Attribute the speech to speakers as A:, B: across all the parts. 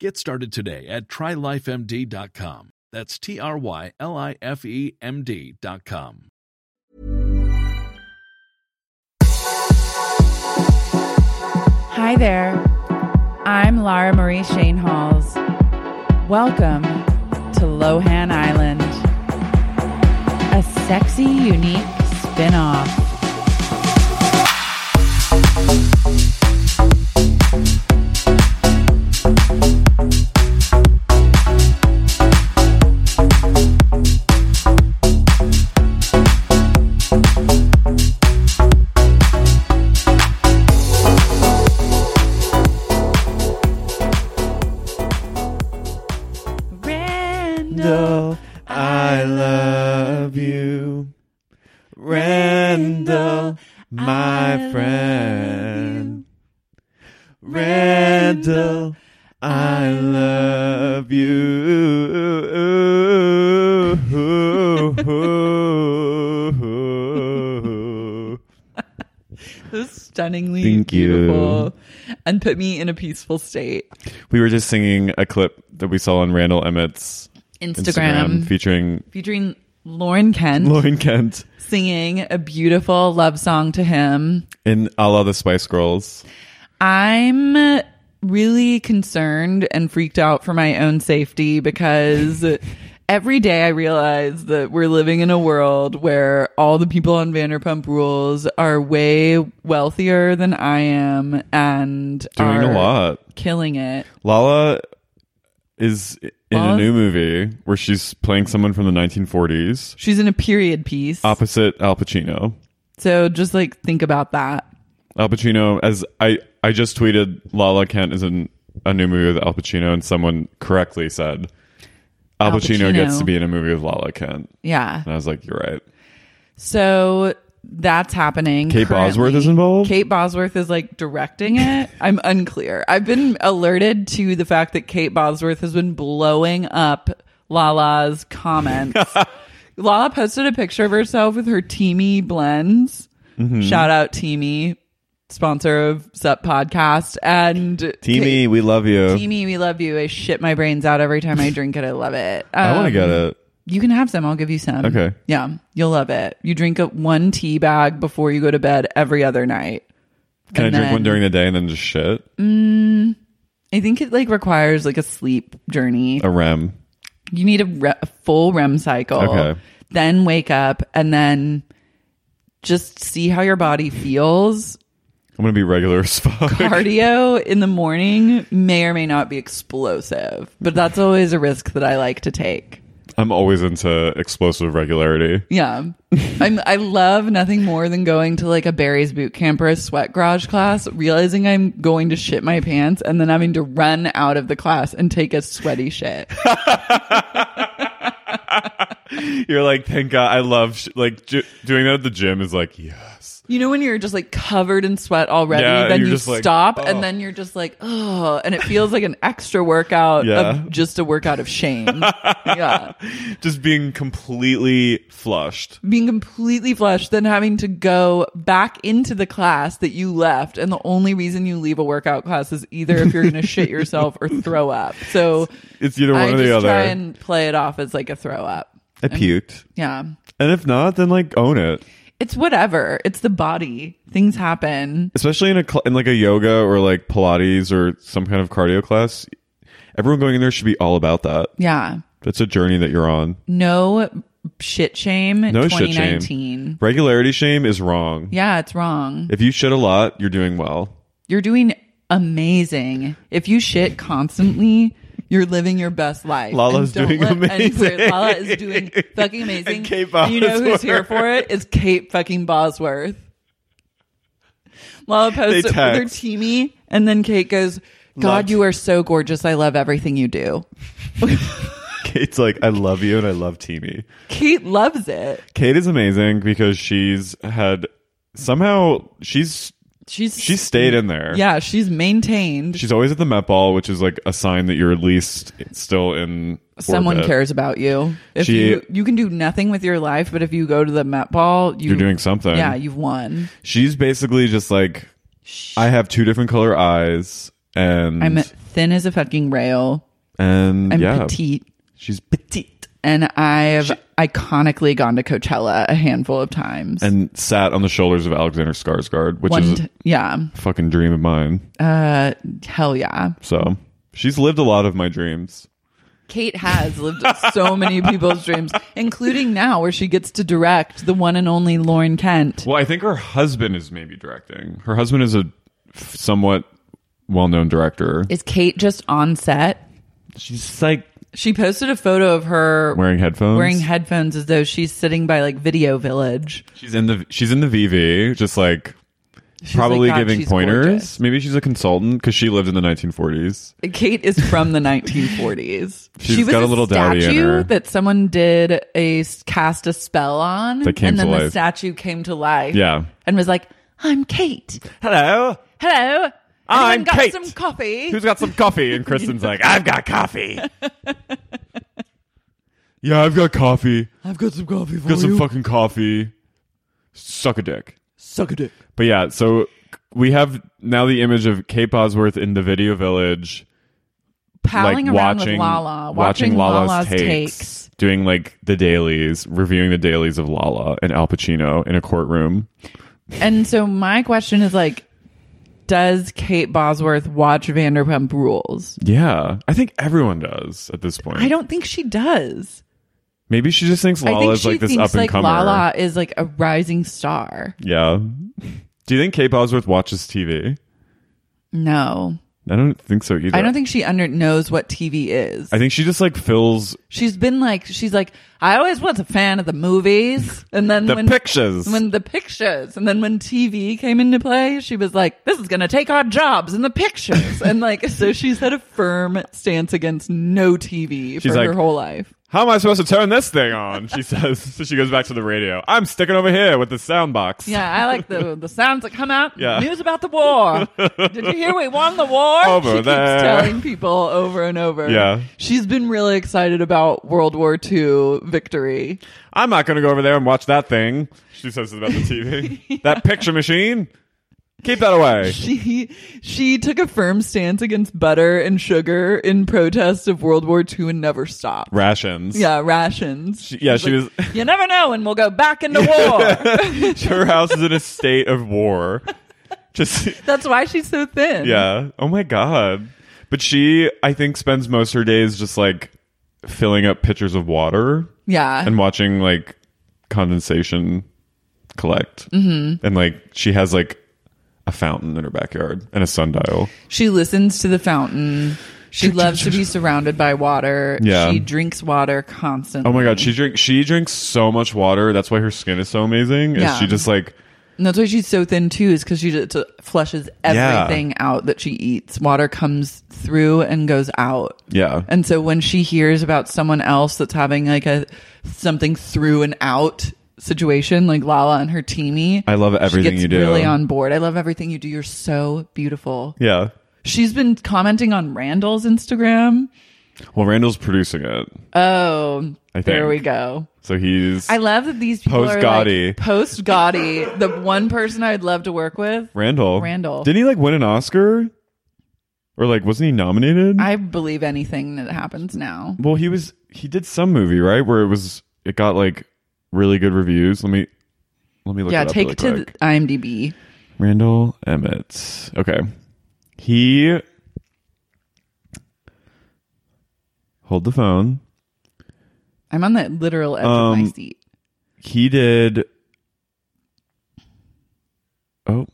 A: Get started today at trylifemd.com. That's T R Y L I F E M D.com.
B: Hi there. I'm Lara Marie Shane Halls. Welcome to Lohan Island, a sexy, unique spin off. Randall,
C: Randall, I love you.
B: I
C: Randall, my
B: love
C: friend.
B: Randall,
C: Randall, I love you.
B: This is stunningly
C: Thank you.
B: beautiful and put me in a peaceful state.
C: we were just singing a clip that we saw on Randall Emmett's
B: Instagram,
C: featuring
B: featuring Lauren Kent
C: Lauren Kent
B: singing a beautiful love song to him.
C: in a la the Spice Girls.
B: I'm really concerned and freaked out for my own safety because every day I realize that we're living in a world where all the people on Vanderpump Rules are way wealthier than I am and
C: Doing a
B: are
C: lot.
B: killing it.
C: Lala is in
B: Lala's-
C: a new movie where she's playing someone from the 1940s
B: She's in a period piece.
C: opposite Al Pacino.
B: so just like think about that.
C: Al Pacino, as I, I just tweeted, Lala Kent is in a new movie with Al Pacino, and someone correctly said, Al,
B: Al
C: Pacino,
B: Pacino.
C: gets to be in a movie with Lala Kent.
B: Yeah.
C: And I was like, you're right.
B: So that's happening.
C: Kate
B: currently.
C: Bosworth is involved?
B: Kate Bosworth is like directing it. I'm unclear. I've been alerted to the fact that Kate Bosworth has been blowing up Lala's comments. Lala posted a picture of herself with her Teamy blends. Shout out Teamy, sponsor of Sup Podcast. And
C: Teamy, we love you.
B: Teamy, we love you. I shit my brains out every time I drink it. I love it.
C: I want to
B: Um,
C: get it.
B: you can have some. I'll give you some.
C: Okay.
B: Yeah. You'll love it. You drink a, one tea bag before you go to bed every other night.
C: Can I
B: and
C: drink
B: then-
C: one during the day and then just shit?
B: I think it like requires like a sleep journey.
C: A REM.
B: You need a, re- a full REM cycle.
C: Okay.
B: Then wake up and then just see how your body feels.
C: I'm going to be regular as fuck.
B: Cardio in the morning may or may not be explosive, but that's always a risk that I like to take.
C: I'm always into explosive regularity.
B: Yeah. I'm I love nothing more than going to like a Barry's boot camp or a sweat garage class, realizing I'm going to shit my pants and then having to run out of the class and take a sweaty shit.
C: You're like, thank God, I love sh- like ju- doing that at the gym is like, yes.
B: You know when you're just like covered in sweat already,
C: Yeah,
B: then
C: you're
B: you
C: just like,
B: stop
C: "Oh."
B: and then you're just like, oh, and it feels like an extra workout
C: Yeah.
B: of just a workout of shame. yeah.
C: Just being completely flushed.
B: Being completely flushed, then having to go back into the class that you left. And the only reason you leave a workout class is either if you're going to shit yourself or throw up. So
C: It's either one
B: I
C: or
B: just
C: the other.
B: try and um, play it off as like a throw up.
C: I puked.
B: Yeah.
C: And if not, then like own it.
B: It's whatever. It's the body. Things happen.
C: Especially in a cl- in like a yoga or like Pilates or some kind of cardio class, everyone going in there should be all about that.
B: Yeah.
C: That's a journey that you're on.
B: Mm. No shit shame
C: No shit
B: 2019.
C: shame. Regularity shame is wrong.
B: Yeah, it's wrong.
C: If you shit a lot, you're doing well.
B: You're doing amazing. If you shit constantly, you're living your best life.
C: Lala's
B: And don't
C: doing
B: let
C: amazing.
B: anyone- Lala is doing fucking amazing.
C: And Kate
B: you know who's here
C: Bosworth.
B: for it? It's Kate fucking Bosworth. Lala posts
C: They
B: it with her
C: text.
B: teamy, and then Kate goes, "God,
C: Love.
B: you are so gorgeous. I love everything you do."
C: Kate's like, I love you and I love Teamy.
B: Kate loves it.
C: Kate is amazing because she's had somehow she's
B: She's
C: she stayed in there.
B: yeah, she's maintained.
C: She's always at the Met Ball, which is like a sign that you're at least still in.
B: Someone
C: orbit.
B: cares about you. If
C: She-
B: you you can do nothing with your life, but if you go to the Met Ball, you,
C: You're doing something.
B: Yeah, you've won.
C: She's basically just like, I have two different color eyes, and
B: I'm thin as a fucking rail.
C: and
B: I'm
C: yeah,
B: petite,
C: she's petite,
B: and I've iconically gone to Coachella a handful of times.
C: and sat on the shoulders of Alexander Skarsgård, which
B: One,
C: is
B: t- yeah,
C: a fucking dream of mine.
B: uh, hell yeah.
C: So she's lived a lot of my dreams.
B: Kate has lived so many people's dreams, including now where she gets to direct the one and only Lauren Kent.
C: Well, I think her husband is maybe directing. Her husband is a f- somewhat well-known director.
B: Is Kate just on set?
C: She's like
B: She posted a photo of her
C: wearing headphones.
B: wearing headphones as though she's sitting by like Video Village.
C: she's in the she's in the VV, just like
B: She's
C: probably
B: like, "God,
C: giving
B: she's
C: pointers.
B: gorgeous."
C: Maybe she's a consultant because she lived in the 1940s.
B: Kate is from the 1940s.
C: She's
B: she was
C: got a little dowdy in
B: statue
C: her.
B: that someone did a s- cast a spell on,
C: That came
B: and
C: to
B: then the
C: life.
B: statue came to life.
C: Yeah.
B: and was like, "I'm Kate.
C: Hello,
B: Hello,
C: I'm
B: Anyone got
C: Kate.
B: Some coffee.
C: who's got some coffee? And Kristen's like, I've got coffee. yeah, I've got coffee.
B: I've got some coffee for
C: got some
B: you.
C: fucking coffee. Suck a dick.
B: Suck a dick.
C: But yeah, so we have now the image of Kate Bosworth in the video village,
B: Palling
C: like
B: around
C: watching,
B: with Lala,
C: watching Lala's, takes,
B: takes.
C: doing like the dailies, reviewing the dailies of Lala and Al Pacino in a courtroom.
B: And so my question is like, does Kate Bosworth watch Vanderpump Rules?
C: Yeah, I think everyone does at this point.
B: I don't think she does.
C: Maybe she just thinks
B: I
C: Lala
B: think
C: is
B: she
C: like this
B: thinks
C: up and
B: like
C: comer.
B: Lala is like a rising star.
C: Yeah. Do you think Kate Bosworth watches TV?
B: No,
C: I don't think so either.
B: I don't think she under knows what TV is.
C: I think she just like fills
B: she's been like she's like I always was a fan of the movies, and then
C: the
B: when
C: pictures.
B: when the pictures, and then when TV came into play, she was like, "This is gonna take our jobs in the pictures," and like so she's had a firm stance against no TV
C: She's
B: for
C: like-
B: her whole life.
C: How am I supposed to turn this thing on? She says. So she goes back to the radio. I'm sticking over here with the sound box.
B: Yeah, I like the the sounds that come out.
C: Yeah.
B: News about the war. Did you hear we won the war?
C: Over
B: she
C: there.
B: keeps telling people over and over.
C: Yeah.
B: She's been really excited about World War II victory.
C: I'm not going to go over there and watch that thing. She says about the TV. That picture machine. Keep that away.
B: She she took a firm stance against butter and sugar in protest of World War II and never stopped.
C: Rations.
B: Yeah, rations.
C: She- yeah,
B: She's
C: she
B: like, You never know when we'll go back into war.
C: Her house is in a state of war. Just
B: That's why she's so thin.
C: Yeah. Oh my god. But she, I think, spends most of her days just like filling up pitchers of water
B: Yeah.
C: and watching like condensation collect. Mm-hmm. And like she has like a fountain in her backyard and a sundial.
B: She listens to the fountain. She loves to be surrounded by water.
C: Yeah.
B: She drinks water constantly.
C: Oh my god, she drink she drinks so much water. That's why her skin is so amazing. Is
B: Yeah.
C: she just like
B: And that's why she's so thin too, is because she just flushes
C: Yeah.
B: everything out that she eats. Water comes through and goes out.
C: yeah.
B: And so when she hears about someone else that's having like a something through and out situation, like Lala and her teamy,
C: I love
B: she
C: everything
B: gets
C: you do.
B: Really on board. I love everything you do. You're so beautiful.
C: yeah.
B: She's been commenting on Randall's Instagram.
C: Well, Randall's producing it.
B: Oh,
C: I
B: there
C: think.
B: we go.
C: So he's
B: I love that these people
C: Post
B: are
C: Gotti.
B: like post Gotti. the one person I'd love to work with.
C: Randall.
B: Randall.
C: Didn't he like win an Oscar? Or like wasn't he nominated?
B: I believe anything that happens now.
C: well, he was he did some movie, right? Where it was it got like really good reviews. Let me let me look
B: yeah,
C: it up
B: take
C: really
B: it to
C: quick.
B: the IMDb.
C: Randall Emmett. Okay. He. Hold the phone.
B: I'm on the literal edge of my
C: Um,
B: seat.
C: He did. Oh.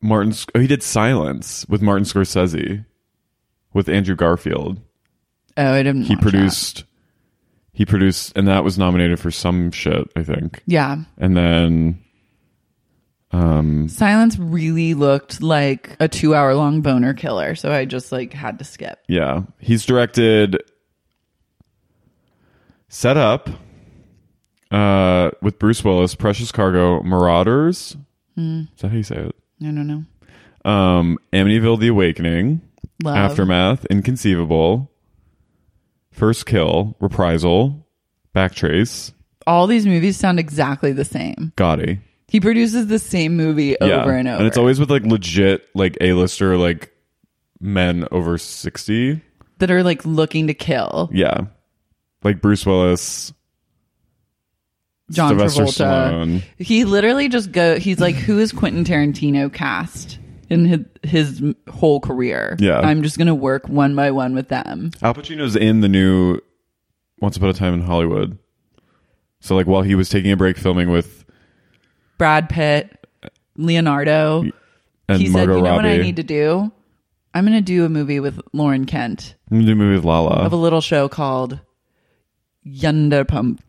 C: Martin. Sc- Oh, he did Silence with Martin Scorsese with Andrew Garfield.
B: Oh, I didn't.
C: He
B: watch that.
C: produced. He produced, and that was nominated for some shit, I think.
B: Yeah,
C: And then. Um,
B: Silence really looked like a two-hour-long boner killer, so I just like had to skip.
C: Yeah. He's directed Set Up uh, with Bruce Willis, Precious Cargo, Marauders.
B: Hmm.
C: Is that how you say it?
B: I don't know.
C: Um, Amityville The Awakening,
B: Love.
C: Aftermath, Inconceivable, First Kill, Reprisal, Backtrace,
B: All these movies sound exactly the same.
C: Gotti.
B: He produces the same movie over
C: yeah.
B: and over.
C: And it's always with like legit, like A lister, like men over 60.
B: that are like looking to kill
C: Yeah. Like Bruce Willis,
B: John
C: Sylvester
B: Travolta.
C: Stallone.
B: He literally just go. He's like, who is Quentin Tarantino cast in his, his m- whole career?
C: Yeah.
B: I'm just gonna work one by one with them.
C: Al Pacino's in the new Once Upon a Time in Hollywood. So like while he was taking a break filming with
B: Brad Pitt, Leonardo.
C: and
B: he
C: Margot
B: said, you know
C: Robbie,
B: what I need to do? I'm gonna do a movie with Lauren Kent
C: I'm gonna do a movie with Lala.
B: of a little show called Yunderpump.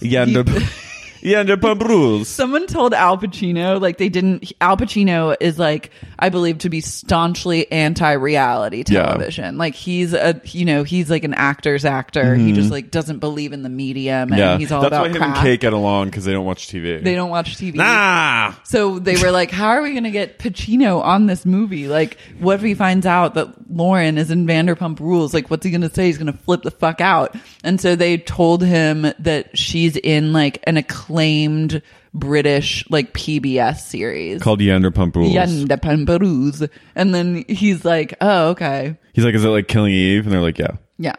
C: Yanda, Yanda Pump Rules.
B: Someone told Al Pacino, like they didn't. Al Pacino is like, I believe to be staunchly anti-reality
C: Yeah.
B: television. Like he's a, you know, he's like an actor's actor. He just like doesn't believe in the medium, and
C: Mm-hmm. Yeah,
B: he's all
C: that's
B: about
C: why him
B: craft.
C: and Kate get along because they don't watch TV.
B: They don't watch TV.
C: Nah.
B: So they were like, how are we going to get Pacino on this movie? Like, what if he finds out that Lauren is in Vanderpump Rules? Like, what's he going to say? He's going to flip the fuck out. And so they told him that she's in like an acclaimed British like PBS series.
C: Called Yanda Pump Rules.
B: Vanderpump Rules. And then he's like, oh, okay.
C: He's like, is it like Killing Eve? And they're like, yeah.
B: Yeah.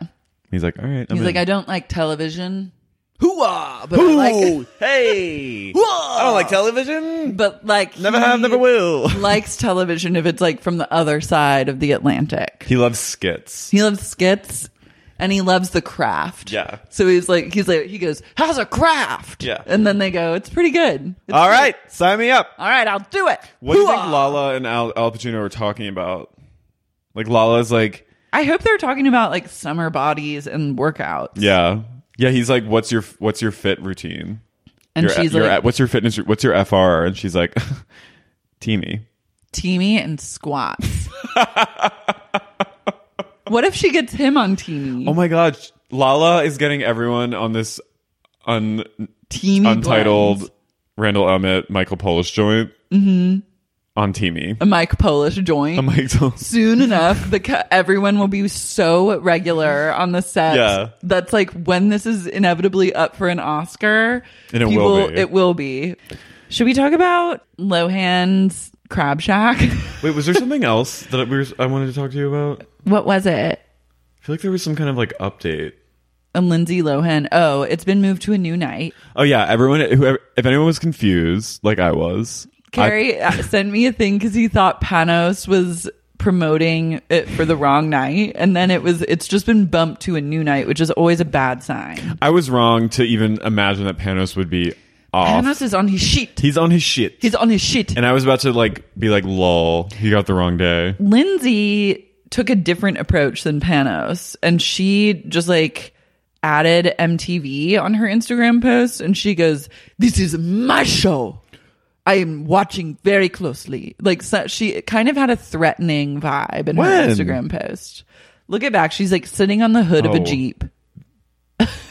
C: He's like, all right. I'm
B: He's
C: in.
B: like, I don't like television. Hoo-ah! But I like,
D: hey!
B: Whoa!
D: I don't like television.
B: but like,
D: Never have,
B: he-
D: never will.
B: likes television if it's like from the other side of the Atlantic.
C: he loves skits.
B: He loves skits and he loves the craft.
C: Yeah.
B: So he's like, he's like, he goes, how's a craft?
C: Yeah.
B: And then they go, it's pretty good. It's
C: All
B: good.
C: right, sign me up.
B: All right. I'll do it.
C: What do you think
B: Hoo-ah!
C: Lala and Al, Al Pacino are talking about? Like Lala's like,
B: I hope they're talking about like summer bodies and workouts.
C: Yeah. Yeah, he's like, "What's your what's your fit routine?"
B: And
C: Your-
B: she's
C: your-
B: like,
C: "What's your fitness? What's your FR?" And she's like, "Teamy."
B: teamy and squats. what if she gets him on teamy?
C: Oh my god, Lala is getting everyone on this un
B: teamy.
C: untitled
B: blends.
C: Randall Emmett Michael Polish joint
B: Mm-hmm.
C: on Teamy.
B: A Mike Polish joint.
C: I'm like,
B: soon enough the ca- everyone will be so regular on the set
C: Yeah.
B: that's like when this is inevitably up for an oscar
C: And it will
B: people-
C: be.
B: it will be should we talk about lohan's crab shack
C: wait, was there something else that we were, I wanted to talk to you about? I
B: what was it
C: feel like there was some kind of like update.
B: a Um, lindsay lohan oh it's been moved to a new night
C: Oh yeah, everyone. Whoever, if anyone was confused, like I was, I-
B: Carrie uh sent me a thing because he thought Panos was promoting it for the wrong night, and then it was. It's just been bumped to a new night, which is always a bad sign.
C: I was wrong to even imagine that Panos would be off.
B: Panos is on his sheet.
C: He's on his shit.
B: He's on his sheet.
C: And I was about to like be like, lol, he got the wrong day.
B: Lindsay took a different approach than Panos, and she just like added MTV on her Instagram post, and she goes, "This is my show. I am watching very closely." Like so she kind of had a threatening vibe in her
C: When?
B: Instagram post. Look it back. She's like sitting on the hood of a
C: Oh.
B: jeep.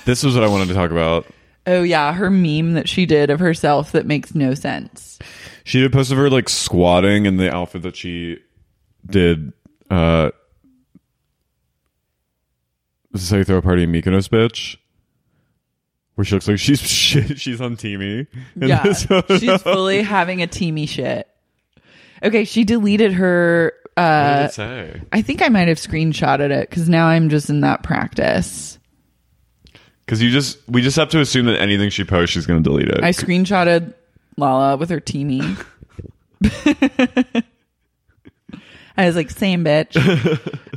C: This was what I wanted to talk about.
B: Oh yeah, her meme that she did of herself that makes no sense.
C: She did a post of her like squatting in the outfit that she did. Uh, this is how you throw a party in Mykonos, bitch. Where she looks like she's she's on teamy. in
B: yeah,
C: this photo.
B: she's fully having a teamy shit. Okay, she deleted her.
C: What
B: Uh,
C: did it say?
B: I think I might have screenshotted it because now I'm just in that practice.
C: Because you just we just have to assume that anything she posts, she's going to delete it.
B: I screenshotted Lala with her teamy. I was like, same bitch.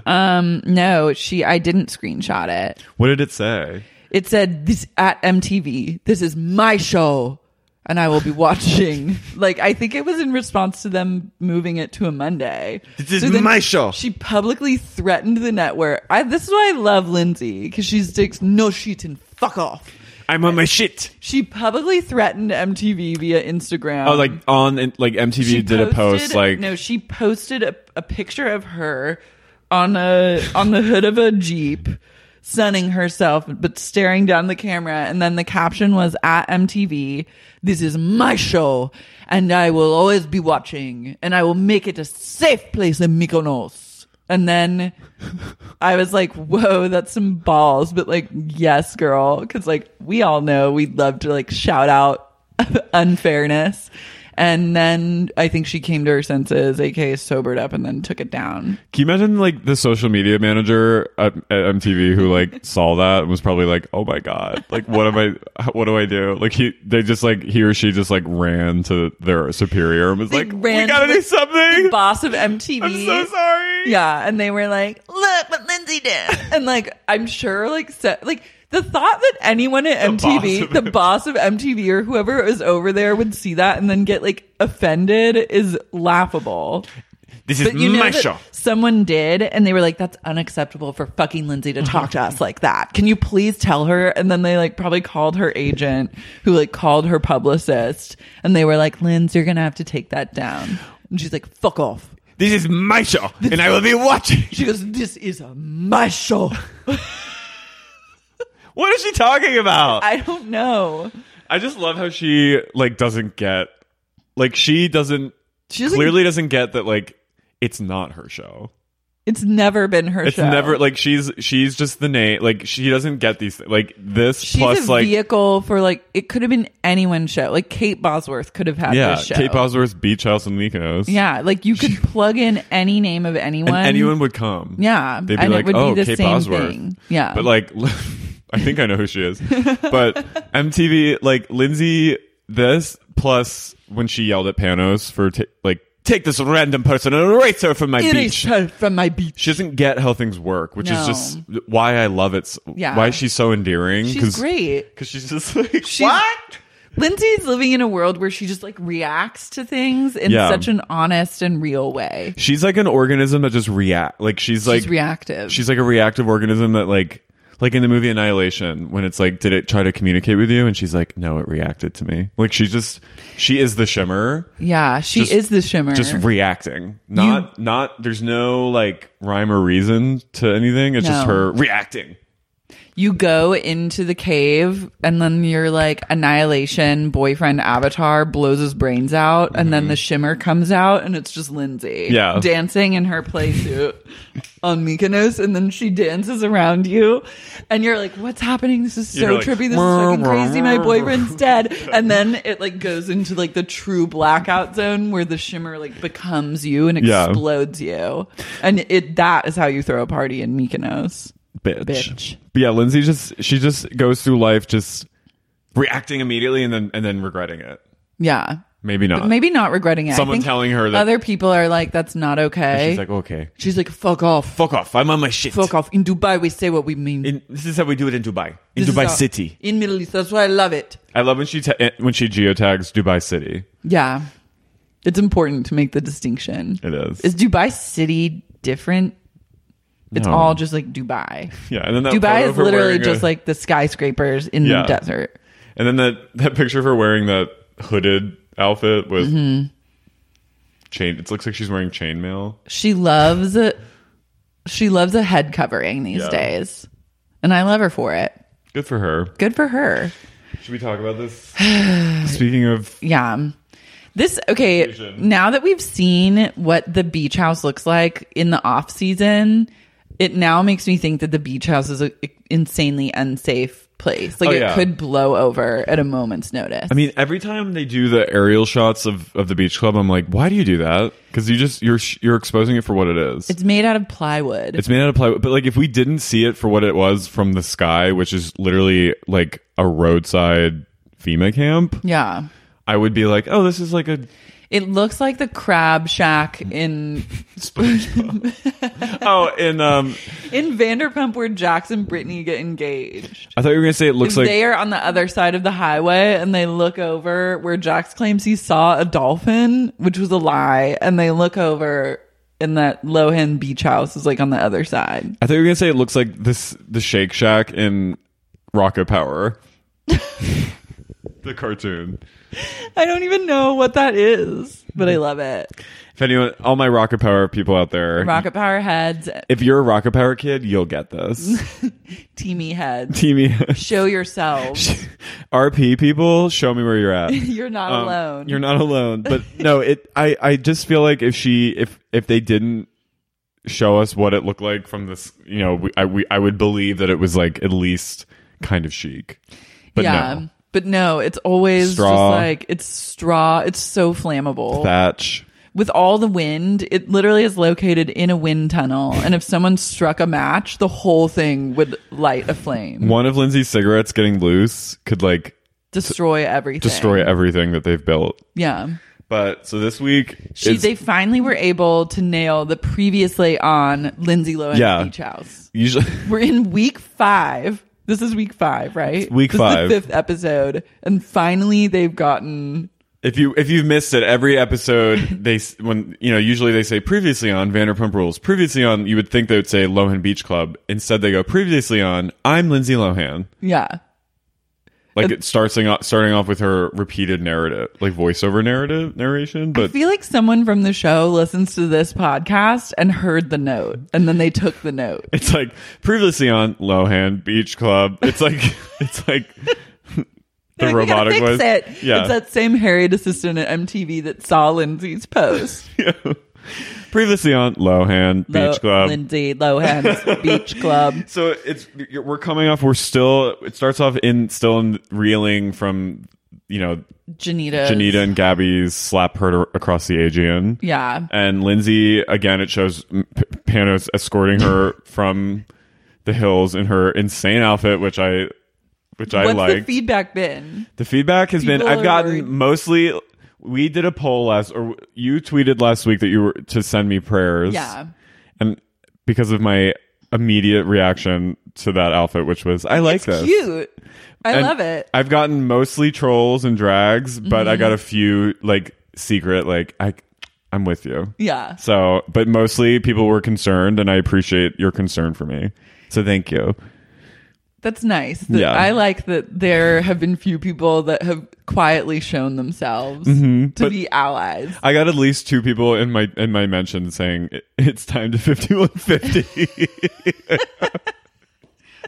B: um, no, she. I didn't screenshot it.
C: what did it say?
B: It said this at MTV. This is my show, and I will be watching. like I think it was in response to them moving it to a Monday.
D: This is
B: then
D: my show.
B: She publicly threatened the network. I, this is why I love Lindsay because she sticks no sheet and fuck off.
D: I'm on my shit.
B: She publicly threatened MTV via Instagram.
C: oh, like on in- like MTV
B: She
C: did a post
B: posted-
C: like
B: no, she posted a, a picture of her on a on the hood of a jeep, sunning herself but staring down the camera, and then the caption was at MTV. This is my show, and I will always be watching, and I will make it a safe place in Mykonos. And then I was like, whoa, that's some balls. But like, yes, girl. Cause like, we all know we'd love to like shout out unfairness. And then I think she came to her senses, aka sobered up, and then took it down.
C: Can you imagine like the social media manager at, at MTV who like saw that and was probably like, "Oh my god, like what am I? What do I do?" Like he, they just like he or she just like ran to their superior and was like, "We
B: ran
C: gotta
B: to
C: do
B: the-
C: something."
B: Boss of MTV.
C: I'm so sorry.
B: Yeah, and they were like, "Look what Lindsay did," and like I'm sure, like, so, like the thought that anyone at MTV,
C: boss of
B: the
C: MTV.
B: boss of MTV or whoever is over there, would see that and then get like offended is laughable.
D: This
B: But you know that someone did, and they were like, "That's unacceptable for fucking Lindsay to talk to
C: Mm-hmm.
B: us like that. Can you please tell her?" And then they like probably called her agent, who like called her publicist, and they were like, "Lindsay, you're gonna have to take that down." And she's like, "Fuck off."
D: This is my show, and I will be watching.
B: She goes, "This is my show."
C: What is she talking about? I,
B: I don't know.
C: just love how she like doesn't get, like she doesn't,
B: She doesn't-
C: clearly doesn't get that like it's not her show.
B: It's never been her
C: It's
B: show.
C: never like she's she's just the name. Like she doesn't get these like this
B: She's
C: plus
B: a
C: like
B: vehicle for like it could have been anyone's show. Like Kate Bosworth could have had
C: yeah,
B: this show.
C: Kate Bosworth's Beach House in Mykonos.
B: Yeah, like you could plug in any name of anyone.
C: and anyone would come.
B: Yeah,
C: they'd be
B: and it
C: like,
B: would be
C: "Oh,
B: the
C: Kate
B: same
C: Bosworth."
B: thing. Yeah.
C: but like, I think I know who she is. But MTV, like Lindsay, this plus when she yelled at Panos for ta- like,
D: Take this random person and erase her from my
B: Erase
D: beach.
B: her from my beach.
C: she doesn't get how things work, which
B: No.
C: is just why I love it. s-
B: Yeah.
C: why she's so endearing.
B: She's great.
C: Because she's just like
B: She's- Lindsay's living in a world where she just like reacts to things in
C: Yeah.
B: such an honest and real way.
C: She's like an organism that just react. Like she's like
B: She's reactive.
C: She's like a reactive organism that like like in the movie Annihilation when it's like did it try to communicate with you and she's like no it reacted to me. Like she's just she is the shimmer.
B: yeah, she
C: Just-
B: is the shimmer.
C: Just reacting. Not not there's no like rhyme or reason to anything. It's just
B: No.
C: her reacting.
B: you go into the cave and then your like annihilation boyfriend avatar blows his brains out and then the shimmer comes out and it's just Lindsay
C: Mm-hmm. Yeah.
B: dancing in her play suit on Mykonos and then she dances around you and you're like what's happening this is so
C: You're like,
B: trippy this is fucking crazy my boyfriend's dead and then it like goes into like the true blackout zone where the shimmer like becomes you and
C: Yeah.
B: explodes you and it that is how you throw a party in Mykonos
C: Bitch.
B: Bitch.
C: But yeah, Lindsay just she just goes through life just reacting immediately and then and then regretting it.
B: yeah
C: Maybe not.
B: Maybe not regretting it. I
C: Someone
B: think
C: telling her that-
B: other people are like, "That's not okay."
C: She's like, okay,
B: She's like, "Fuck off,
D: Fuck off. I'm on my shit.
B: fuck off." In Dubai, we say what we mean.
D: In, this is how we do it in Dubai. In
B: This is
D: Dubai
B: our-
D: City.
B: in Middle East. That's why I love it.
C: I love when she ta- eh, when she geotags Dubai City.
B: Yeah, it's important to make the distinction.
C: It is.
B: Is Dubai city different? It's
C: No.
B: all just like Dubai.
C: Yeah, and then that
B: Dubai
C: photo
B: is
C: of her
B: literally
C: wearing a-
B: just like the skyscrapers in
C: Yeah.
B: the desert.
C: And then that that picture of her wearing that hooded outfit with
B: Mm-hmm.
C: chain. It looks like she's wearing chainmail.
B: She loves she loves a head covering these
C: Yeah.
B: days. And I love her for it.
C: Good for her.
B: Good for her.
C: Should we talk about this? Speaking of,
B: Yeah. This okay,
C: Fusion.
B: now that we've seen what the beach house looks like in the off season, it now makes me think that the beach house is an insanely unsafe place. Like
C: Oh,
B: it
C: yeah.
B: could blow over at a moment's notice.
C: I mean, every time they do the aerial shots of of the beach club, I'm like, why do you do that? Because you just you're sh- you're exposing it for what it is.
B: it's made out of plywood.
C: It's made out of plywood, but like if we didn't see it for what it was from the sky, which is literally like a roadside FEMA camp,
B: yeah.
C: I would be like, oh, this is like a
B: It looks like the crab shack in
C: oh, and um,
B: in Vanderpump where Jax and Brittany get engaged.
C: I thought you were gonna say it looks like
B: they are on the other side of the highway and they look over where Jax claims he saw a dolphin, which was a lie, and they look over and that Lohan beach house is like on the other side.
C: I thought you were gonna say it looks like this the Shake Shack in Rocket Power, the cartoon.
B: I don't even know what that is, but I love it.
C: If anyone, all my Rocket Power people out there,
B: Rocket Power heads,
C: if you're a Rocket Power kid, you'll get this.
B: teamy heads.
C: Teamy
B: Show yourselves.
C: RP people, show me where you're at.
B: You're not
C: Um,
B: alone.
C: You're not alone. But no, it. I. I just feel like if she, if if they didn't show us what it looked like from this, you know, we, I we I would believe that it was like at least kind of chic. But no,
B: But no, it's always
C: Straw.
B: just like it's straw. It's so flammable.
C: thatch.
B: With all the wind, it literally is located in a wind tunnel. and if someone struck a match, the whole thing would light a flame,
C: One of Lindsay's cigarettes getting loose could like
B: destroy everything.
C: destroy everything that they've built.
B: Yeah.
C: But so this week,
B: She,
C: is-
B: they finally were able to nail the previously on Lindsay Lohan
C: Yeah.
B: beach house.
C: usually
B: We're in week five. This is week five, right?
C: week
B: This is
C: five.
B: the fifth episode, and finally they've gotten
C: if you if you've missed it, every episode they s- when you know usually they say previously on Vanderpump Rules, previously on. You would think they would say Lohan Beach Club. Instead, they go previously on. I'm Lindsay Lohan.
B: yeah.
C: Like it starts starting off, starting off with her repeated narrative, like voiceover narrative narration.
B: I
C: But
B: feel like someone from the show listens to this podcast and heard the note, and then they took the note.
C: it's like previously on Lohan Beach Club. It's like it's like the
B: Like, we gotta
C: robotic
B: fix
C: voice.
B: It.
C: Yeah,
B: It's that same harried assistant at MTV that saw Lindsay's post.
C: previously on Lohan
B: Lo-
C: Beach Club.
B: Lindsay Lohan's Beach Club.
C: so it's you're- we're coming off. We're still. It starts off in still in reeling from you know
B: Janita.
C: Janita and Gabby's slap her to- across the Aegean.
B: Yeah.
C: and Lindsay again. It shows mm, P- Panos escorting her from the hills in her insane outfit, which I which I
B: What's the
C: like.
B: feedback been?
C: The feedback has been
B: People
C: I've
B: are
C: gotten
B: worried.
C: mostly we did a poll last or you tweeted last week that you were to send me prayers.
B: Yeah.
C: And because of my immediate reaction to that outfit which was I like this.
B: Cute. I
C: And
B: love it. Mm-hmm.
C: I've gotten mostly trolls and drags, but I got a few like secret like I I'm with you.
B: yeah.
C: So, but mostly people were concerned and I appreciate your concern for me. So thank you.
B: That's nice. That-
C: Yeah.
B: I like that there have been few people that have quietly shown themselves
C: Mm-hmm.
B: to be allies.
C: I got at least two people in my in my mention saying "It- it's time to fifty one fifty.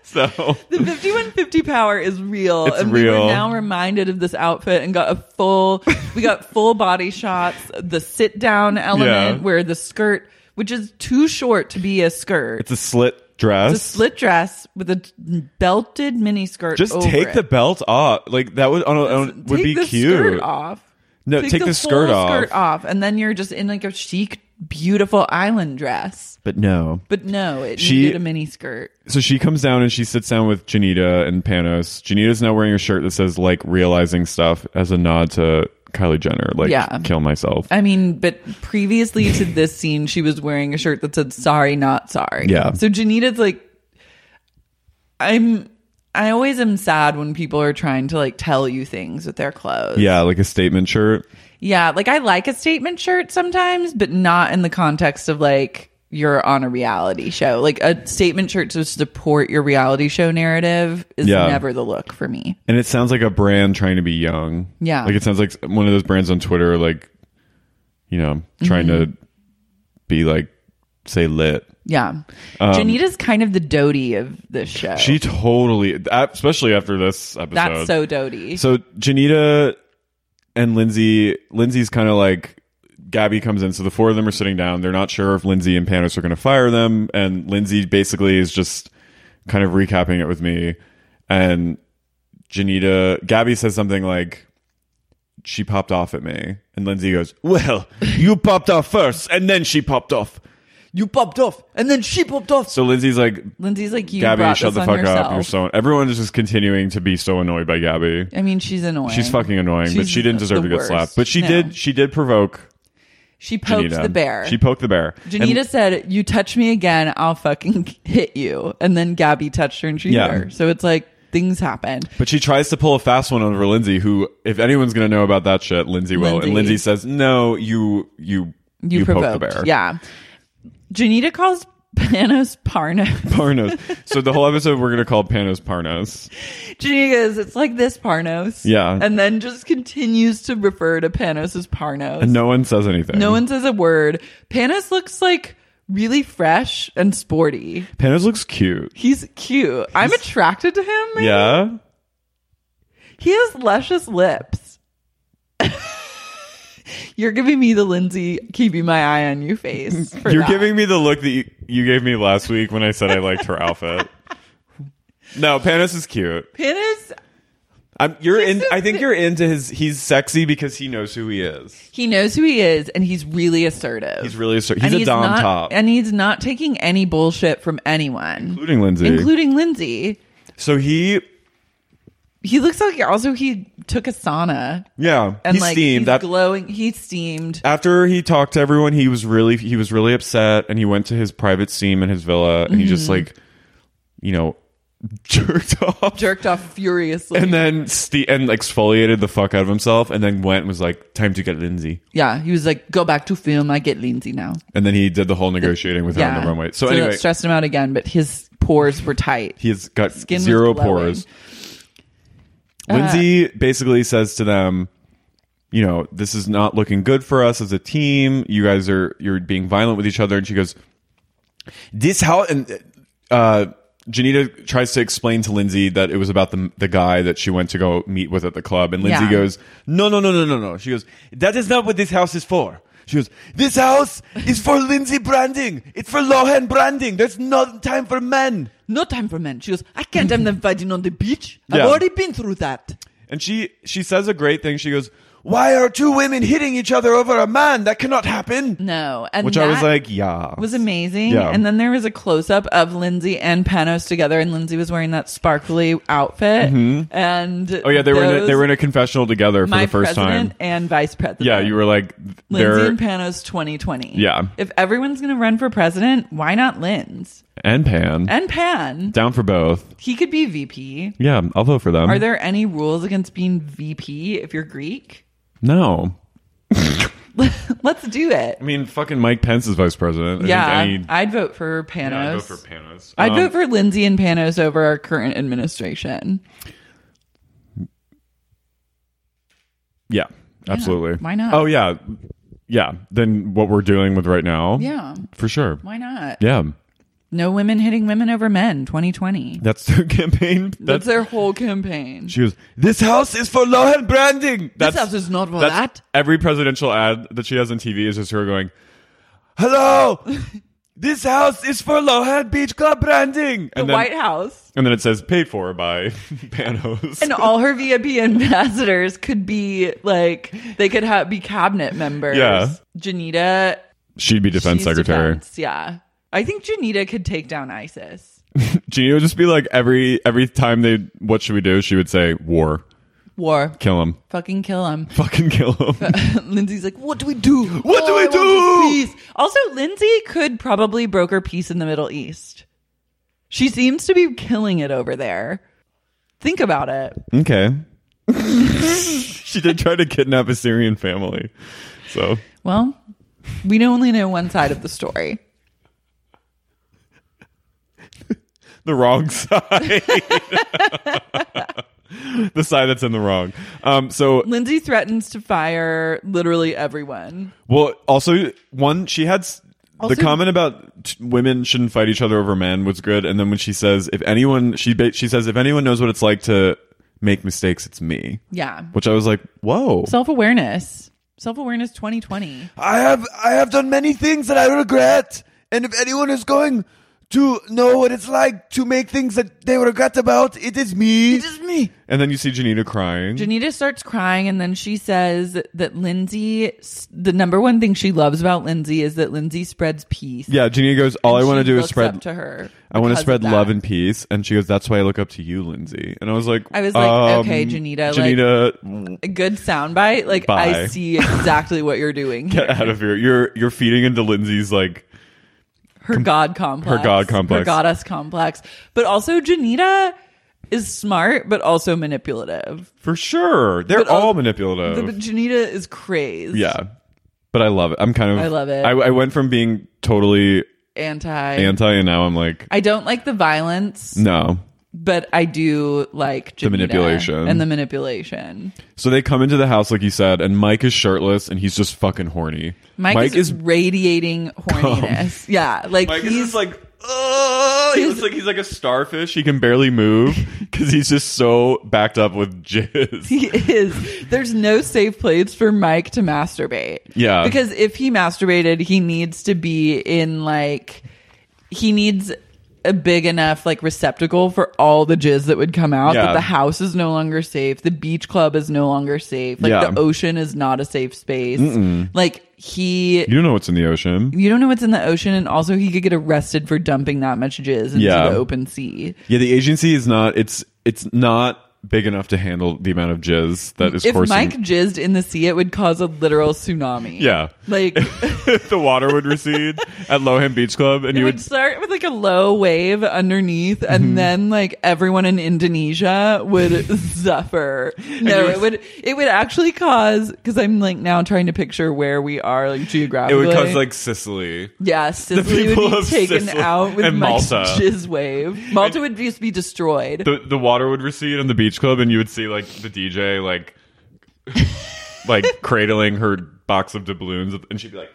C: So
B: The 5150 power is real.
C: It's
B: and we
C: real.
B: were now reminded of this outfit and got a full we got full body shots, the sit down element
C: Yeah.
B: where the skirt which is too short to be a skirt.
C: it's a slit dress.
B: It's a slit dress with a belted mini skirt.
C: Just
B: over
C: take
B: it.
C: the belt off. Like that would I don't- I don't- would
B: Take
C: be
B: the
C: cute.
B: skirt off.
C: No, take, the, skirt
B: full
C: off.
B: skirt off and then you're just in like a chic beautiful island dress.
C: But no.
B: But no, it
C: She-
B: needed a mini skirt.
C: So she comes down and she sits down with Janita and Panos. Janita's now wearing a shirt that says like realizing stuff as a nod to Kylie Jenner, like
B: Yeah.
C: kill myself.
B: I mean, but previously to this scene, she was wearing a shirt that said "Sorry, not sorry."
C: Yeah.
B: So Janita's like, I'm. I always am sad when people are trying to like tell you things with their clothes.
C: Yeah, like a statement shirt.
B: Yeah, like I like a statement shirt sometimes, but not in the context of like you're on a reality show. Like a statement shirt to support your reality show narrative is
C: Yeah.
B: never the look for me.
C: And it sounds like a brand trying to be young.
B: Yeah.
C: Like it sounds like one of those brands on Twitter, like, you know, trying
B: Mm-hmm.
C: to be like, say lit.
B: Yeah. Janita's kind of the doty of this show.
C: Um, She totally, especially after this episode.
B: That's so doty.
C: So Janita and Lindsay, Lindsay's kind of like Gabby comes in. So the four of them are sitting down. They're not sure if Lindsay and Panos are going to fire them. And Lindsay basically is just kind of recapping it with me. And Janita, Gabby says something like, she popped off at me. And Lindsay goes, well, you popped off first. And then she popped off.
B: you popped off and then she popped off.
C: So Lindsay's like,
B: Lindsay's like you
C: Gabby,
B: brought
C: shut
B: this
C: the
B: on
C: fuck up.
B: yourself.
C: You're so, everyone is just continuing to be so annoyed by Gabby.
B: I mean, she's annoying.
C: She's fucking annoying, but
B: She's
C: she didn't deserve
B: the
C: to get
B: worst.
C: slapped. But she
B: No.
C: did. She did provoke
B: She poked
C: Janita.
B: the bear.
C: She poked the bear.
B: Janita
C: And-
B: said, "You touch me again, I'll fucking hit you." And then Gabby touched her and she hit
C: Yeah.
B: her. So it's like things happen.
C: but she tries to pull a fast one over Lindsay, who, if anyone's gonna know about that shit, Lindsay will.
B: Lindsay.
C: And Lindsay says, "No, you, you,
B: You,
C: poked the
B: provoked.
C: bear."
B: Yeah. Janita calls Panos Parnos.
C: Parnos. so the whole episode we're gonna call Panos Parnos.
B: Janita goes, "It's like this Parnos."
C: Yeah.
B: And then just continues to refer to Panos as Parnos.
C: And no one says anything.
B: No one says a word. Panos looks like really fresh and sporty.
C: Panos looks cute.
B: He's cute. I'm attracted to him. maybe?
C: Yeah.
B: He has luscious lips. You're giving me the Lindsay keeping my eye on you face. for
C: You're
B: that.
C: giving me the look that you, you gave me last week when I said I liked her outfit. No, Panos is cute.
B: Panos.
C: I'm, you're in. I think you're into his. He's sexy because he knows who he is.
B: He knows who he is, and he's really assertive.
C: He's really assertive.
B: And
C: He's a dom
B: not-
C: top.
B: and he's not taking any bullshit from anyone,
C: including Lindsay.
B: including Lindsay.
C: so he,
B: He looks like also he took a sauna
C: yeah,
B: and
C: he
B: like
C: steamed.
B: he's
C: That-
B: glowing. He steamed.
C: after he talked to everyone, he was really he was really upset, and he went to his private steam in his villa, and he just
B: Mm-hmm.
C: like, you know, jerked off,
B: jerked off furiously.
C: and then ste- and exfoliated the fuck out of himself, and then went and was like, time to get Lindsay,
B: yeah, he was like, "Go back to film. I get Lindsay now."
C: and then he did the whole negotiating with her
B: yeah,
C: on the runway. So,
B: that
C: anyway,
B: stressed him out again, but his pores were tight.
C: he's got
B: Skin was
C: zero
B: glowing. Uh,
C: pores. Lindsay basically says to them, you know, this is not looking good for us as a team. You guys are you're being violent with each other, and she goes, "This how." And uh, Janita tries to explain to Lindsay that it was about the the guy that she went to go meet with at the club, and Lindsay
B: Yeah.
C: goes, "No, no, no, no, no, no." She goes, "That is not what this house is for." She goes, "This house is for Lindsay branding. It's for Lohan branding. There's no time for men."
B: No time for men. She goes, I can't have them fighting on the beach.
C: Yeah.
B: I've already been through that.
C: And she she says a great thing. She goes, "Why are two women hitting each other over a man? That cannot happen."
B: No. And
C: Which I was
B: that
C: like, "Yeah."
B: was amazing.
C: Yeah.
B: And then there was a close up of Lindsay and Panos together, and Lindsay was wearing that sparkly outfit. And
C: oh yeah, they were in a,
B: those-
C: they were in a confessional together for
B: my
C: the first
B: president
C: time.
B: and vice president.
C: Yeah, you were like,
B: Lindsay
C: "They're
B: and Panos 2020.
C: Yeah.
B: If everyone's going to run for president, why not Linz
C: and Pan
B: and Pan?
C: down for both."
B: He could be VP.
C: Yeah, I'll vote for them.
B: Are there any rules against being VP if you're Greek?
C: no?
B: Let's do it.
C: I mean, fucking Mike Pence is vice president. I
B: Yeah,
C: think any-
B: I'd vote for Panos.
C: Yeah, I'd vote for Panos.
B: I'd
C: Um,
B: vote for Lindsay and Panos over our current administration.
C: yeah, absolutely.
B: why not?
C: Oh yeah, yeah. Then what we're dealing with right now?
B: Yeah,
C: for sure.
B: why not?
C: Yeah,
B: No women hitting women over men. Twenty twenty.
C: that's their campaign.
B: That's their whole campaign.
C: She goes, This house is for Lohan branding. That's,
B: house is not for
C: that's-
B: that.
C: Every presidential ad that she has on TV is just her going, Hello, this house is for Lohan Beach Club branding.
B: the
C: And then,
B: White House
C: and then it says paid for by Panos.
B: and all her VIP ambassadors could be like they could have be cabinet members.
C: Yeah.
B: Janita,
C: She'd be defense
B: she's
C: secretary.
B: defense, yeah, I think Janita could take down ISIS.
C: Genie would just be like every every time they what should we do? She would say war.
B: war.
C: Kill him.
B: Fucking kill him.
C: Fucking kill him.
B: Lindsay's like, what do we do? Oh,
C: What do we
B: I want
C: do?"
B: just Peace. Also, Lindsay could probably broker peace in the Middle East. She seems to be killing it over there. Think about it.
C: okay. she did try to kidnap a Syrian family. So
B: Well, we only know one side of the story.
C: the wrong side. the side that's in the wrong. Um, so
B: Lindsay threatens to fire literally everyone.
C: Well, also one she had s
B: Also-
C: the comment about t- women shouldn't fight each other over men was good, and then when she says if anyone she ba- she says if anyone knows what it's like to make mistakes, it's me.
B: Yeah.
C: Which I was like, whoa.
B: Self awareness. Self awareness 2020.
C: I have I have done many things that I regret, and if anyone is going to know what it's like to make things that they regret about, it is me. It is me. And then you see Janita crying.
B: Janita starts crying, and then she says that Lindsay, the number one thing she loves about Lindsay is that Lindsay spreads peace.
C: yeah, Janita goes. All I
B: And
C: want to
B: she
C: do is
B: looks
C: spread
B: up to her.
C: I want
B: because
C: to
B: of
C: spread
B: that.
C: love and peace. And she goes, That's why I look up to you, Lindsay. And I was like, um,
B: I was like, okay, Janita, like-
C: Janita,
B: a good soundbite. Like I
C: Bye.
B: see exactly what you're doing.
C: get
B: here.
C: out of here. You're you're feeding into Lindsay's like
B: her god complex,
C: her god complex.
B: her goddess complex. But also, Janita is smart, but also manipulative.
C: for sure. They're
B: But, uh,
C: all
B: The,
C: manipulative.
B: but Janita is crazed.
C: yeah. But I love it. I'm kind of
B: I love it.
C: I, I went from being totally
B: anti.
C: anti and now I'm like,
B: I don't like the violence,
C: no.
B: but I do like Janita
C: manipulation.
B: and the manipulation.
C: So they come into the house like you said, and Mike is shirtless and he's just fucking horny.
B: Mike, is, radiating horniness. Yeah, like
C: Mike is
B: he's
C: just like, oh, he
B: His-
C: looks like he's like a starfish. He can barely move because he's just so backed up with jizz.
B: He is. There's no safe place for Mike to masturbate.
C: Yeah.
B: Because if he masturbated, he needs to be in like he needs a big enough like receptacle for all the jizz that would come out. That
C: Yeah.
B: the house is no longer safe. The beach club is no longer safe. Like
C: Yeah.
B: the ocean is not a safe space. Like he
C: You don't know what's in the ocean.
B: you don't know what's in the ocean and also he could get arrested for dumping that much jizz into
C: Yeah.
B: the open sea.
C: Yeah, the agency is not. It's it's not big enough to handle the amount of jizz that is
B: If
C: coursing.
B: Mike jizzed in the sea, it would cause a literal tsunami.
C: yeah.
B: Like
C: the water would recede at Lohan Beach Club, and
B: It
C: you
B: would
C: would. Mm-hmm.
B: start with like a low wave underneath, and then like everyone in Indonesia would suffer. No, it would it would actually cause because I'm like now trying to picture where we are like
C: It
B: geographically.
C: would cause like Sicily.
B: yeah, Sicily
C: people
B: would be
C: of
B: taken
C: Sicily
B: out with
C: and
B: Mike's
C: Malta.
B: jizz wave. Malta would just be destroyed.
C: The the water would recede on the beach club, and you would see like the DJ like like cradling her box of doubloons, and she'd be like,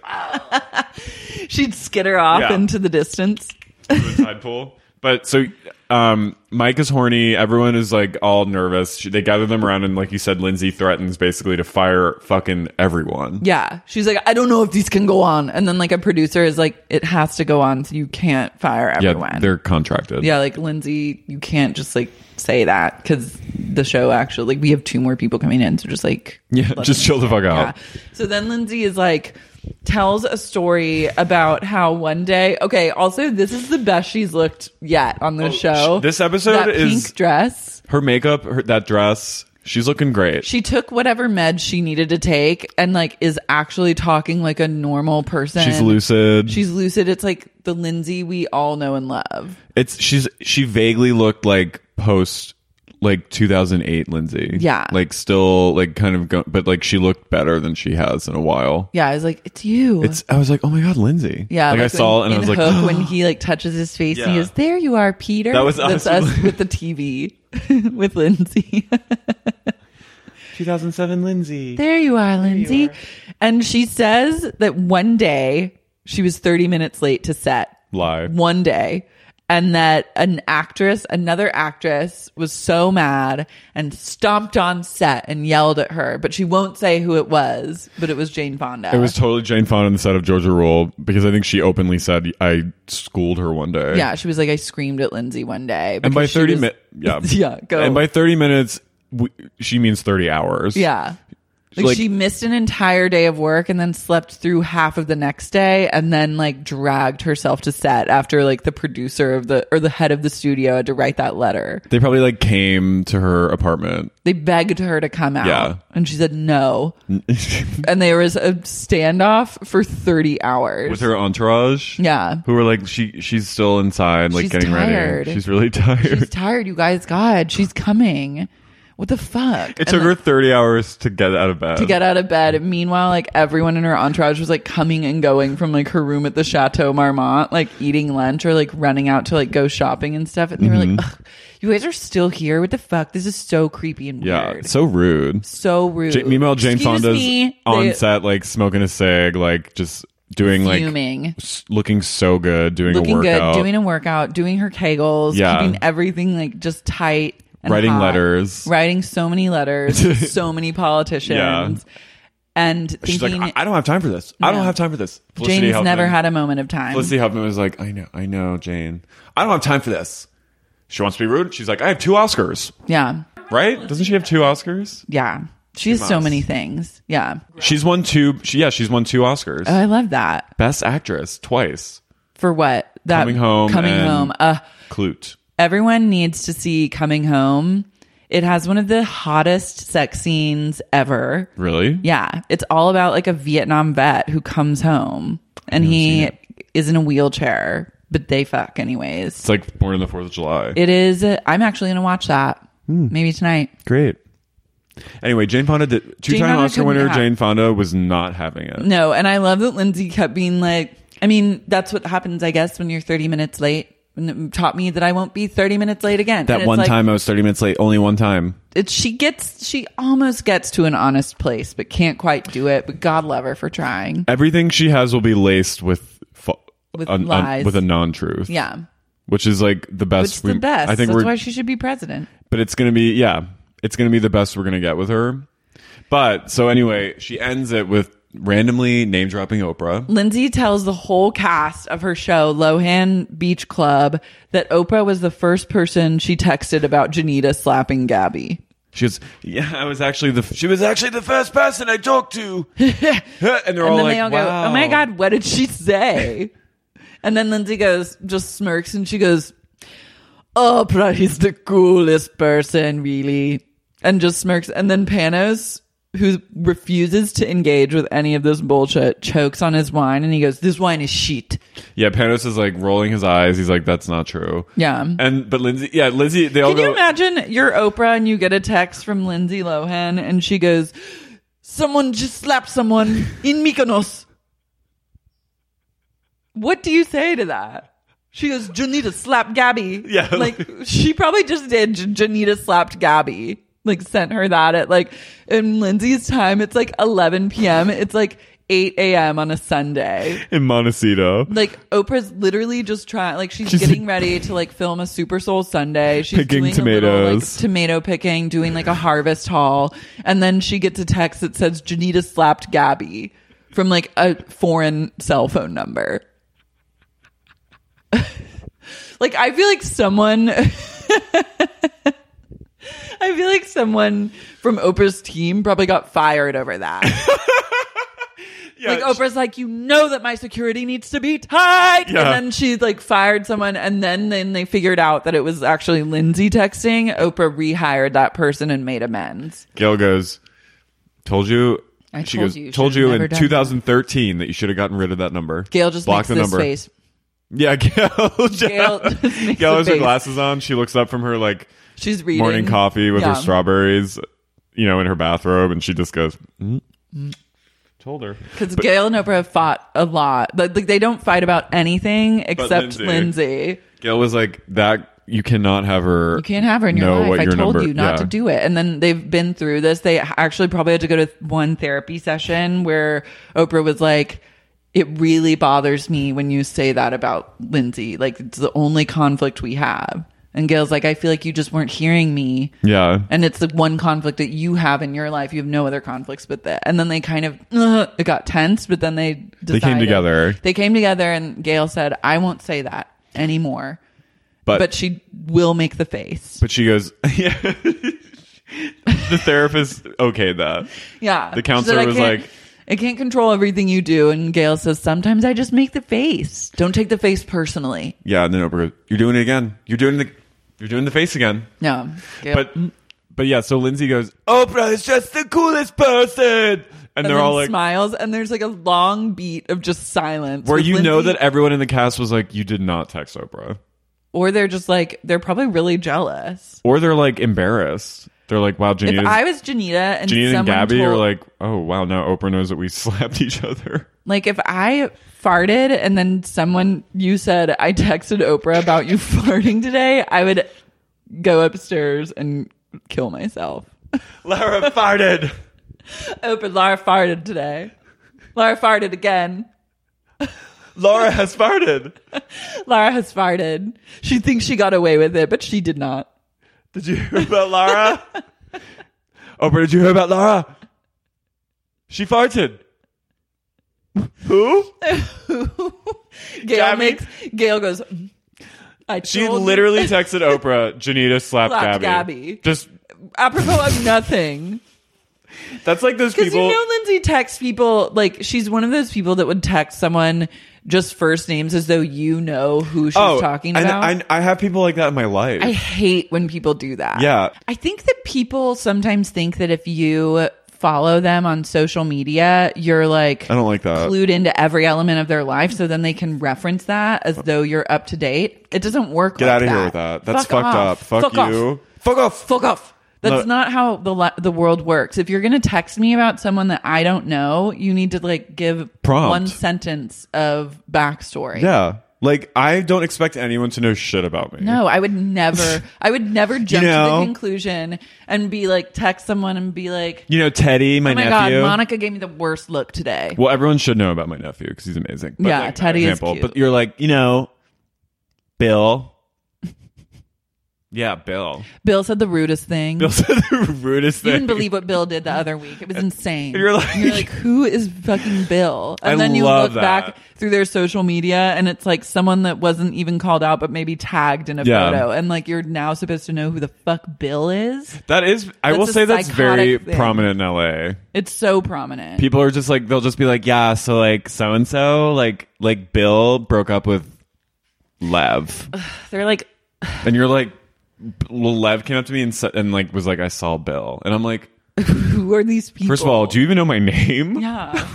B: She'd skitter off
C: Yeah.
B: into the distance.
C: the tide pool. But so um, Mike is horny. Everyone is like all nervous. She, they gather them around, and like you said, Lindsay threatens basically to fire fucking everyone.
B: Yeah, she's like, I don't know if these can go on, and then like a producer is like, it has to go on, so you can't fire everyone.
C: they're contracted.
B: Yeah, like Lindsay, you can't just like say that because the show actually like we have two more people coming in, so just like
C: yeah.
B: let
C: Just
B: them-
C: chill the fuck
B: Yeah.
C: out.
B: So then Lindsay is like tells a story about how one day. Okay, also this is the best she's looked yet on the
C: Oh,
B: show.
C: sh- this episode
B: that
C: is-
B: pink dress.
C: Her makeup, her, that dress, she's looking great.
B: She took whatever meds she needed to take and like is actually talking like a normal person.
C: she's lucid.
B: She's lucid. It's like the Lindsay we all know and love.
C: it's she's she vaguely looked like post like 2008 Lindsay.
B: Yeah.
C: Like still like kind of go, but like she looked better than she has in a while.
B: Yeah, I was like, it's you.
C: It's I was like, "Oh my god, Lindsay."
B: Yeah,
C: Like, I
B: when-
C: saw it and I
B: in
C: was like,
B: Hook when he like touches his face, and he
C: Yeah.
B: goes, "There you are, Peter."
C: That was
B: That's
C: us.
B: us with the TV with Lindsay.
D: 2007 Lindsay.
B: there you are, Lindsay. And she says that one day she was 30 minutes late to set.
C: Lie.
B: One day. And that an actress, another actress, was so mad and stomped on set and yelled at her, but she won't say who it was, but it was Jane Fonda.
C: It was totally Jane Fonda on the set of Georgia Rule because I think she openly said I schooled her one day.
B: Yeah, she was like, I screamed at Lindsay one day.
C: And by
B: because she
C: 30
B: was-
C: minutes, yeah.
B: Yeah, go.
C: And by 30 minutes, we, she means 30 hours.
B: Yeah. Like, she missed an entire day of work and then slept through half of the next day and then like dragged herself to set after like the producer of the or the head of the studio had to write that letter.
C: they probably like came to her apartment.
B: They begged her to come out
C: Yeah.
B: and she said no. and there was a standoff for 30 hours.
C: with her entourage.
B: Yeah.
C: Who were like she she's still inside, like
B: She's
C: getting
B: tired.
C: ready. She's really tired.
B: She's tired, you guys. God, she's coming. What the fuck?
C: it took her thirty hours to get out of bed.
B: to get out of bed. Meanwhile, like everyone in her entourage was like coming and going from like her room at the Chateau Marmont, like eating lunch or like running out to like go shopping and stuff. And they were like,
C: Mm-hmm.
B: Ugh, "You guys are still here? What the fuck? This is so creepy and
C: yeah,
B: weird.
C: so rude.
B: so rude."
C: Ja- meanwhile, Jane
B: Excuse
C: Fonda's
B: me.
C: on
B: They-
C: set, like smoking a cig, like just doing
B: Fuming.
C: like s- looking so good, doing a
B: looking
C: workout,
B: good, doing a workout, doing her Kegels,
C: Yeah.
B: keeping everything like just tight, and
C: writing
B: hot.
C: letters.
B: writing so many letters, to so many politicians.
C: Yeah.
B: And
C: She's
B: thinking
C: like, I, I don't have time for this. I don't have time for this.
B: Jane's
C: Huffman-
B: never had a moment of time.
C: Felicity Huffman was like, I know, I know, Jane. I don't have time for this. She wants to be rude. She's like, I have two Oscars,
B: Yeah.
C: right? Doesn't she have two Oscars?
B: Yeah. She has so
C: must.
B: many things. Yeah.
C: She's won two. She, yeah, she's won two Oscars.
B: Oh, I love that.
C: Best actress twice.
B: For what? That
C: Coming Home
B: Coming
C: and-
B: home. Uh,
C: Clute.
B: everyone needs to see Coming Home. It has one of the hottest sex scenes ever.
C: Really?
B: Yeah. It's all about like a Vietnam vet who comes home and he is in a wheelchair, but they fuck anyways.
C: It's like born on the Fourth of July.
B: it is. I'm actually going to watch that
C: Hmm.
B: maybe tonight.
C: Great. Anyway, Jane Fonda, did, two-time
B: Fonda
C: Oscar
B: couldn't
C: winner
B: have-
C: Jane Fonda, was not having it.
B: No, and I love that Lindsay kept being like, I mean, that's what happens, I guess, when you're 30 minutes late. And it taught me that I won't be 30 minutes late again. And
C: That
B: it's
C: one
B: like,
C: time I was thirty minutes late. Only one time.
B: it, she gets, she almost gets to an honest place, but can't quite do it. But God love her for trying.
C: Everything she has will be laced with fa-
B: With
C: an- an-
B: lies.
C: with a non-truth.
B: Yeah.
C: which is like the
B: Which
C: best.
B: is the
C: we-
B: best.
C: I think
B: that's
C: we're.
B: why she should be president.
C: but it's gonna be yeah. It's gonna be the best we're gonna get with her. But so anyway, she ends it with randomly name dropping Oprah.
B: Lindsay tells the whole cast of her show, Lohan Beach Club, that Oprah was the first person she texted about Janita slapping Gabby.
C: She goes, "Yeah, I was actually the. She was actually the first person I talked to." and they're all
B: and then
C: like,
B: they all
C: wow.
B: go, "Oh my god, what did she say?" and then Lindsay goes, just smirks, and she goes, "Oprah is the coolest person, really," and just smirks. And then Panos, who refuses to engage with any of this bullshit, chokes on his wine, and he goes, "This wine is shit."
C: Yeah, Panos is like rolling his eyes. He's like, "That's not true."
B: Yeah.
C: and but Lindsay, yeah, Lindsay, they all
B: Can you
C: go.
B: imagine you're Oprah and you get a text from Lindsay Lohan, and she goes, "Someone just slapped someone in Mykonos." What do you say to that? She goes, Janita slapped Gabby.
C: Yeah,
B: Like, she probably just did. J- Janita slapped Gabby. Like, sent her that at like, in Lindsay's time, it's like 11 p.m. It's like 8 a.m. on a Sunday.
C: in Montecito,
B: Like, Oprah's literally just trying, like, she's getting ready to like film a Super Soul Sunday. She's
C: Picking
B: doing a little, like,
C: tomatoes.
B: tomato picking, doing like a harvest haul. And then she gets a text that says, Janita slapped Gabby from like a foreign cell phone number. Like I feel like someone I feel like someone from Oprah's team probably got fired over that. like Oprah's like, you know that my security needs to be tight.
C: Yeah.
B: And then she like fired someone and then then they figured out that it was actually Lindsay texting. Oprah rehired that person and made amends.
C: Gail goes, "Told you."
B: I
C: she
B: told
C: goes,
B: you you
C: "Told
B: should've
C: you
B: never
C: in
B: done that."
C: 2013 that. you should have gotten rid of that number."
B: Gail just
C: block
B: makes
C: the
B: this
C: number.
B: face.
C: Yeah, Gail. just-
B: Gail just makes
C: Gail
B: a
C: has her
B: face.
C: glasses on. She looks up from her like
B: She's reading
C: morning coffee with
B: Yeah.
C: her strawberries, you know, in her bathrobe, and she just goes, mm. "Told her."
B: Because Gail and Oprah have fought a lot. Like, like they don't fight about anything except
C: Lindsay.
B: Lindsay.
C: Gail was like, "That you cannot have her.
B: You can't have her in your
C: know
B: life.
C: what
B: I
C: your
B: told
C: number-
B: you not
C: yeah.
B: to do it. And then they've been through this. They actually probably had to go to one therapy session where Oprah was like, it really bothers me when you say that about Lindsay. Like, it's the only conflict we have. And Gail's like, I feel like you just weren't hearing me.
C: Yeah,
B: And it's the one conflict that you have in your life. You have no other conflicts but that. And then they kind of uh, it got tense, but then they decided,
C: They came together.
B: They came together, and Gail said, "I won't say that anymore."
C: but
B: But she will make the face.
C: But she goes, yeah. the therapist okayed that.
B: Yeah.
C: The
B: She said,
C: counselor
B: "I
C: was
B: can't-
C: like,
B: I can't control everything you do. And Gail says, sometimes I just make the face. Don't take the face personally.
C: yeah, and then Oprah, goes, you're doing it again. You're doing the, you're doing the face again.
B: No. Gail-
C: But, but yeah. So Lindsay goes, Oprah is just the coolest person, and
B: and
C: they're
B: then
C: all like,
B: smiles. And there's like a long beat of just silence.
C: where
B: with
C: you know
B: Lindsay-
C: that e- everyone in the cast was like, you did not text Oprah,
B: Or they're just like, they're probably really jealous.
C: or they're like embarrassed. They're like, wow, Janita.
B: if I was Janita and
C: Janita and
B: someone
C: Gabby
B: told,
C: are like, oh wow, now Oprah knows that we slapped each other.
B: Like if I farted and then someone you said I texted Oprah about you farting today, I would go upstairs and kill myself.
C: Lara farted.
B: Oprah Oh, Lara farted today. Lara farted again.
C: Laura has farted.
B: Lara has farted. She thinks she got away with it, but she did not.
C: Did you hear about Lara? Oprah, did you hear about Lara? She farted. Who?
B: Gail
C: Gabby?
B: makes Gail goes I
C: She
B: told you-
C: literally texted Oprah, Janita slapped,
B: Slapped Gabby.
C: Gabby. Just
B: apropos of nothing.
C: that's like those
B: Because you
C: people.
B: know Lindsay texts people like she's one of those people that would text someone just first names as though you know who she's talking
C: and
B: about.
C: Oh, I, I have people like that in my life.
B: I hate when people do that.
C: Yeah.
B: I think that people sometimes think that if you follow them on social media, you're like
C: I don't like that.
B: clued into every element of their life so then they can reference that as though you're up to date. It doesn't work.
C: Get
B: like
C: out of
B: that.
C: here with that. That's
B: Fuck
C: fucked
B: off.
C: up. Fuck,
B: Fuck
C: you.
B: off.
C: Fuck off.
B: Fuck off. That's
C: No.
B: not how the li- the world works. If you're going to text me about someone that I don't know, you need to like give
C: Prompt.
B: one sentence of backstory.
C: Yeah. Like I don't expect anyone to know shit about me.
B: No, I would never. I would never jump to
C: know?
B: the conclusion and be like text someone and be like,
C: You know Teddy, my
B: "Oh my
C: nephew.
B: god, Monica gave me the worst look today."
C: Well, everyone should know about my nephew because he's amazing.
B: Yeah,
C: like,
B: Teddy is cute.
C: But you're like, you know, Bill. yeah, Bill.
B: Bill said the rudest thing.
C: Bill said the rudest
B: you
C: thing.
B: didn't believe what Bill did the other week. It was insane.
C: you're like-
B: And you're like, who is fucking Bill? And
C: I
B: then you
C: love
B: look back
C: that.
B: through their social media and it's like someone that wasn't even called out but maybe tagged in a
C: Yeah.
B: photo. And like you're now supposed to know who the fuck Bill is.
C: that is. I
B: That's
C: will
B: a
C: say that's very
B: psychotic thing.
C: prominent in LA.
B: It's so prominent.
C: People are just like they'll just be like, yeah, so like so and so, like like Bill broke up with Lev,
B: They're like,
C: and you're like, B- Lev came up to me and sa- and like was like, I saw Bill, and I'm like,
B: who are these people?
C: first of all, do you even know my name?
B: Yeah.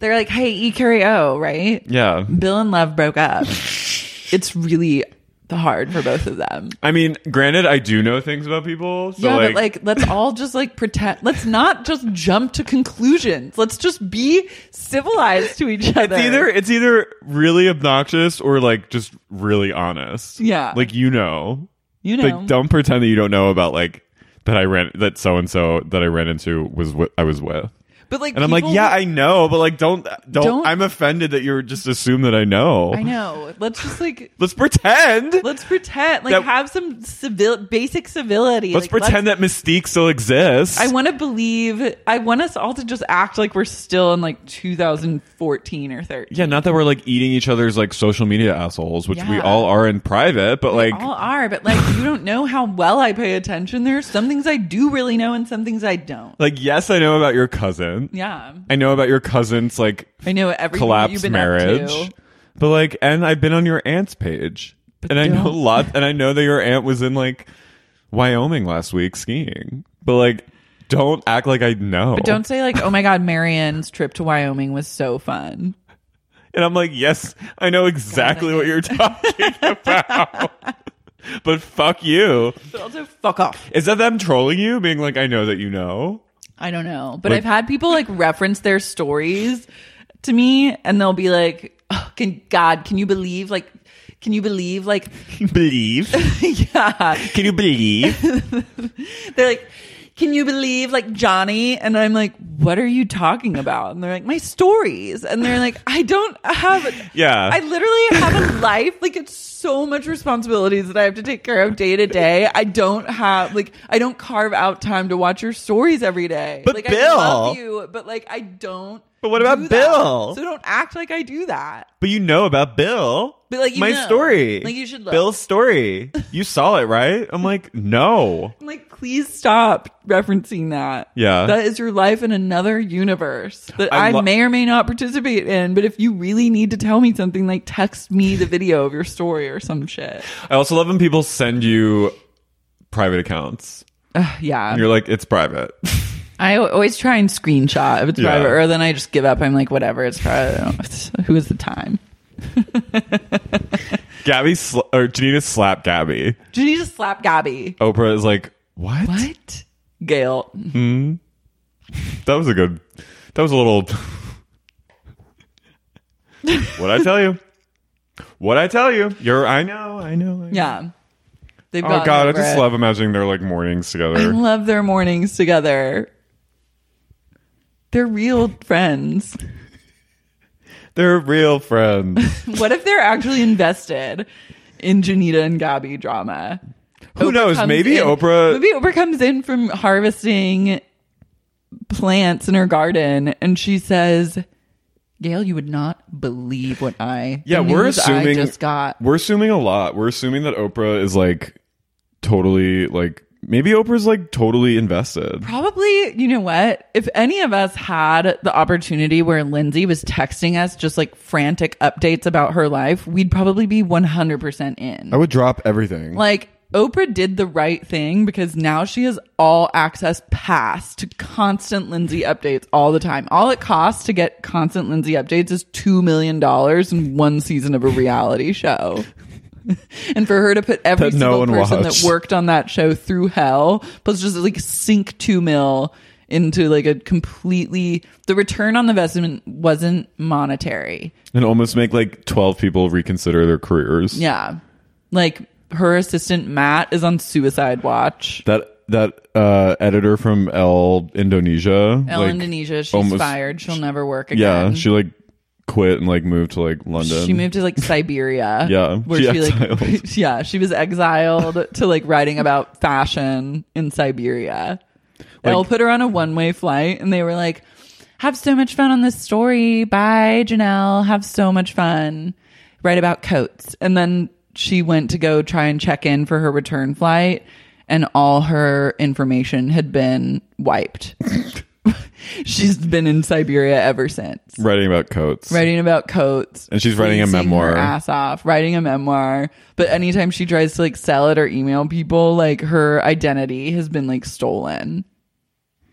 B: They're like, hey, E. Carrie O, right?
C: Yeah.
B: Bill and Love broke up. it's really hard for both of them.
C: I mean, granted, I do know things about people. So
B: yeah,
C: like,
B: but like, let's all just like pretend. Let's not just jump to conclusions. Let's just be civilized to each other.
C: it's either it's either really obnoxious or like just really honest.
B: Yeah.
C: like you know,
B: you know,
C: like don't pretend that you don't know about like that I ran that so and so that I ran into was with, I was with.
B: but like,
C: And I'm like,
B: people-
C: yeah, I know, but like, don't, don't,
B: Don't-
C: I'm offended that you're just assume that I know.
B: I know. Let's just like.
C: Let's pretend.
B: Let's pretend, like,
C: That-
B: have some civil, basic civility.
C: Let's
B: Like,
C: pretend that Mystique still exists.
B: I want to believe. I want us all to just act like we're still in like 2014 or 13.
C: yeah, not that we're like eating each other's like social media assholes, which we
B: Yeah.
C: all are in private, but like,
B: all are, but like, you don't know how well I pay attention. There's some things I do really know, and some things I don't.
C: like, yes, I know about your cousin.
B: Yeah,
C: I know about your cousin's like
B: I know everything that you've
C: collapsed
B: been
C: marriage.
B: up to.
C: But like, and I've been on your aunt's page, and I know a lot, and I know that your aunt was in like Wyoming last week skiing. But like, don't act like I know.
B: But don't say like, "Oh my God, Marianne's trip to Wyoming was so fun."
C: And I'm like, yes, I know exactly what you're talking about. but fuck you.
B: But also, fuck off.
C: Is that them trolling you, being like, I know that you know?
B: I don't know, but
C: Like-
B: I've had people like reference their stories to me, and they'll be like, oh, "Can God? Can you believe? Like, can you believe? Like,
C: Believe?
B: yeah."
C: Can you believe?
B: They're like, can you believe like Johnny? And I'm like, what are you talking about? And they're like, my stories. And they're like, I don't have.
C: Yeah.
B: I literally have a life. Like, it's so much responsibilities that I have to take care of day to day. I don't have, like, I don't carve out time to watch your stories every day.
C: But
B: like, I
C: Bill-
B: love you, but like, I don't.
D: But what about
B: do that.
D: Bill?
B: So don't act like I do that.
D: But you know about Bill.
B: But, like, you
D: my
B: know.
D: story.
B: Like, you should look.
D: Bill's story. You saw it, right? I'm like, no.
B: I'm like, please stop referencing that.
C: Yeah.
B: That is your life in another universe that
D: I
B: I,
D: lo-
B: may or may not participate in. But if you really need to tell me something, like text me the video of your story or some shit.
C: I also love when people send you private accounts.
B: Yeah.
C: And you're like, it's private.
B: I always try and screenshot if it's
C: Yeah.
B: private, or then I just give up. I'm like, whatever, it's private. Who has the time?
C: Gabby sl- or Janita slap Gabby.
B: Do you need to slap Gabby?
C: Oprah is like, what?
B: What? Gail.
C: That was a good. That was a little. what I tell you? What I tell you? You're. I know. I know. I know.
B: Yeah. They've
C: Oh
B: gotten
C: God, I
B: over
C: just
B: it.
C: love imagining their like mornings
B: I
C: together.
B: love their mornings together. They're real friends.
C: They're real friends.
B: What if they're actually invested in Janita and Gabby drama?
C: Who knows?
B: comes
C: Maybe
B: in-
C: Oprah-
B: Maybe Oprah comes in from harvesting plants in her garden, and she says, "Gail, you would not believe what I
C: Yeah,
B: the
C: we're
B: news
C: assuming.
B: I just got."
C: We're assuming a lot. We're assuming that Oprah is like totally like maybe Oprah's like totally invested.
B: Probably, you know what? If any of us had the opportunity where Lindsay was texting us just like frantic updates about her life, we'd probably be 100% in.
C: would drop everything.
B: Like Oprah did the right thing because now she has all access pass to constant Lindsay updates all the time. All it costs to get constant Lindsay updates is $2 million in one season of a reality show. and for her to put every
C: That
B: single
C: no one
B: person
C: watched.
B: that worked on that show through hell, plus just like sink two mil into like a completely the return on the investment wasn't monetary.
C: and almost make like twelve people reconsider their careers.
B: Yeah. Like her assistant Matt is on suicide watch.
C: That that uh, editor from El Indonesia.
B: El
C: like,
B: Indonesia, she's
C: almost-
B: fired. She'll never work
C: Yeah,
B: again.
C: she like quit and like moved to like London.
B: she moved to like Siberia.
C: Yeah,
B: Where
C: she
B: she, like
C: exiled.
B: Yeah, she was exiled to like writing about fashion in Siberia. They'll put her on a one way flight and they were like, Have so much fun on this story. Bye, Janelle. Have so much fun. Write about coats. And then she went to go try and check in for her return flight and all her information had been wiped. She's been in Siberia ever since
C: writing about coats.
B: writing about coats
C: And she's writing a
B: freezing
C: memoir.
B: her ass off writing a memoir but anytime she tries to like sell it or email people like her identity has been like stolen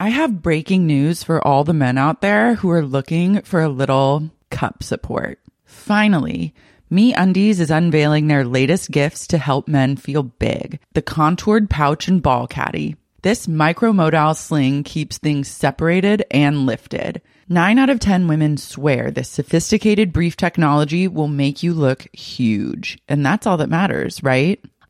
B: I have breaking news for all the men out there who are looking for a little cup support. Finally, Me Undies is unveiling their latest gifts to help men feel big the contoured pouch and ball caddy. This micromodal sling keeps things separated and lifted. Nine out of 10 women swear this sophisticated brief technology will make you look huge. And that's all that matters, right?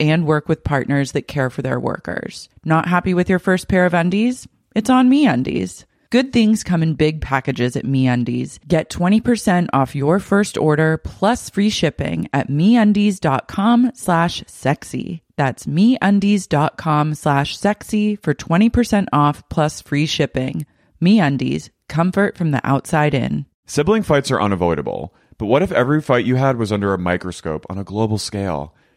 B: and work with partners that care for their workers. Not happy with your first pair of undies? It's on me undies. Good things come in big packages at MeUndies. Get 20% off your first order plus free shipping at MeUndies.com slash sexy. That's MeUndies.com slash sexy for 20% off plus free shipping. MeUndies, comfort from the outside in.
C: Sibling fights are unavoidable, but what if every fight you had was under a microscope on a global scale?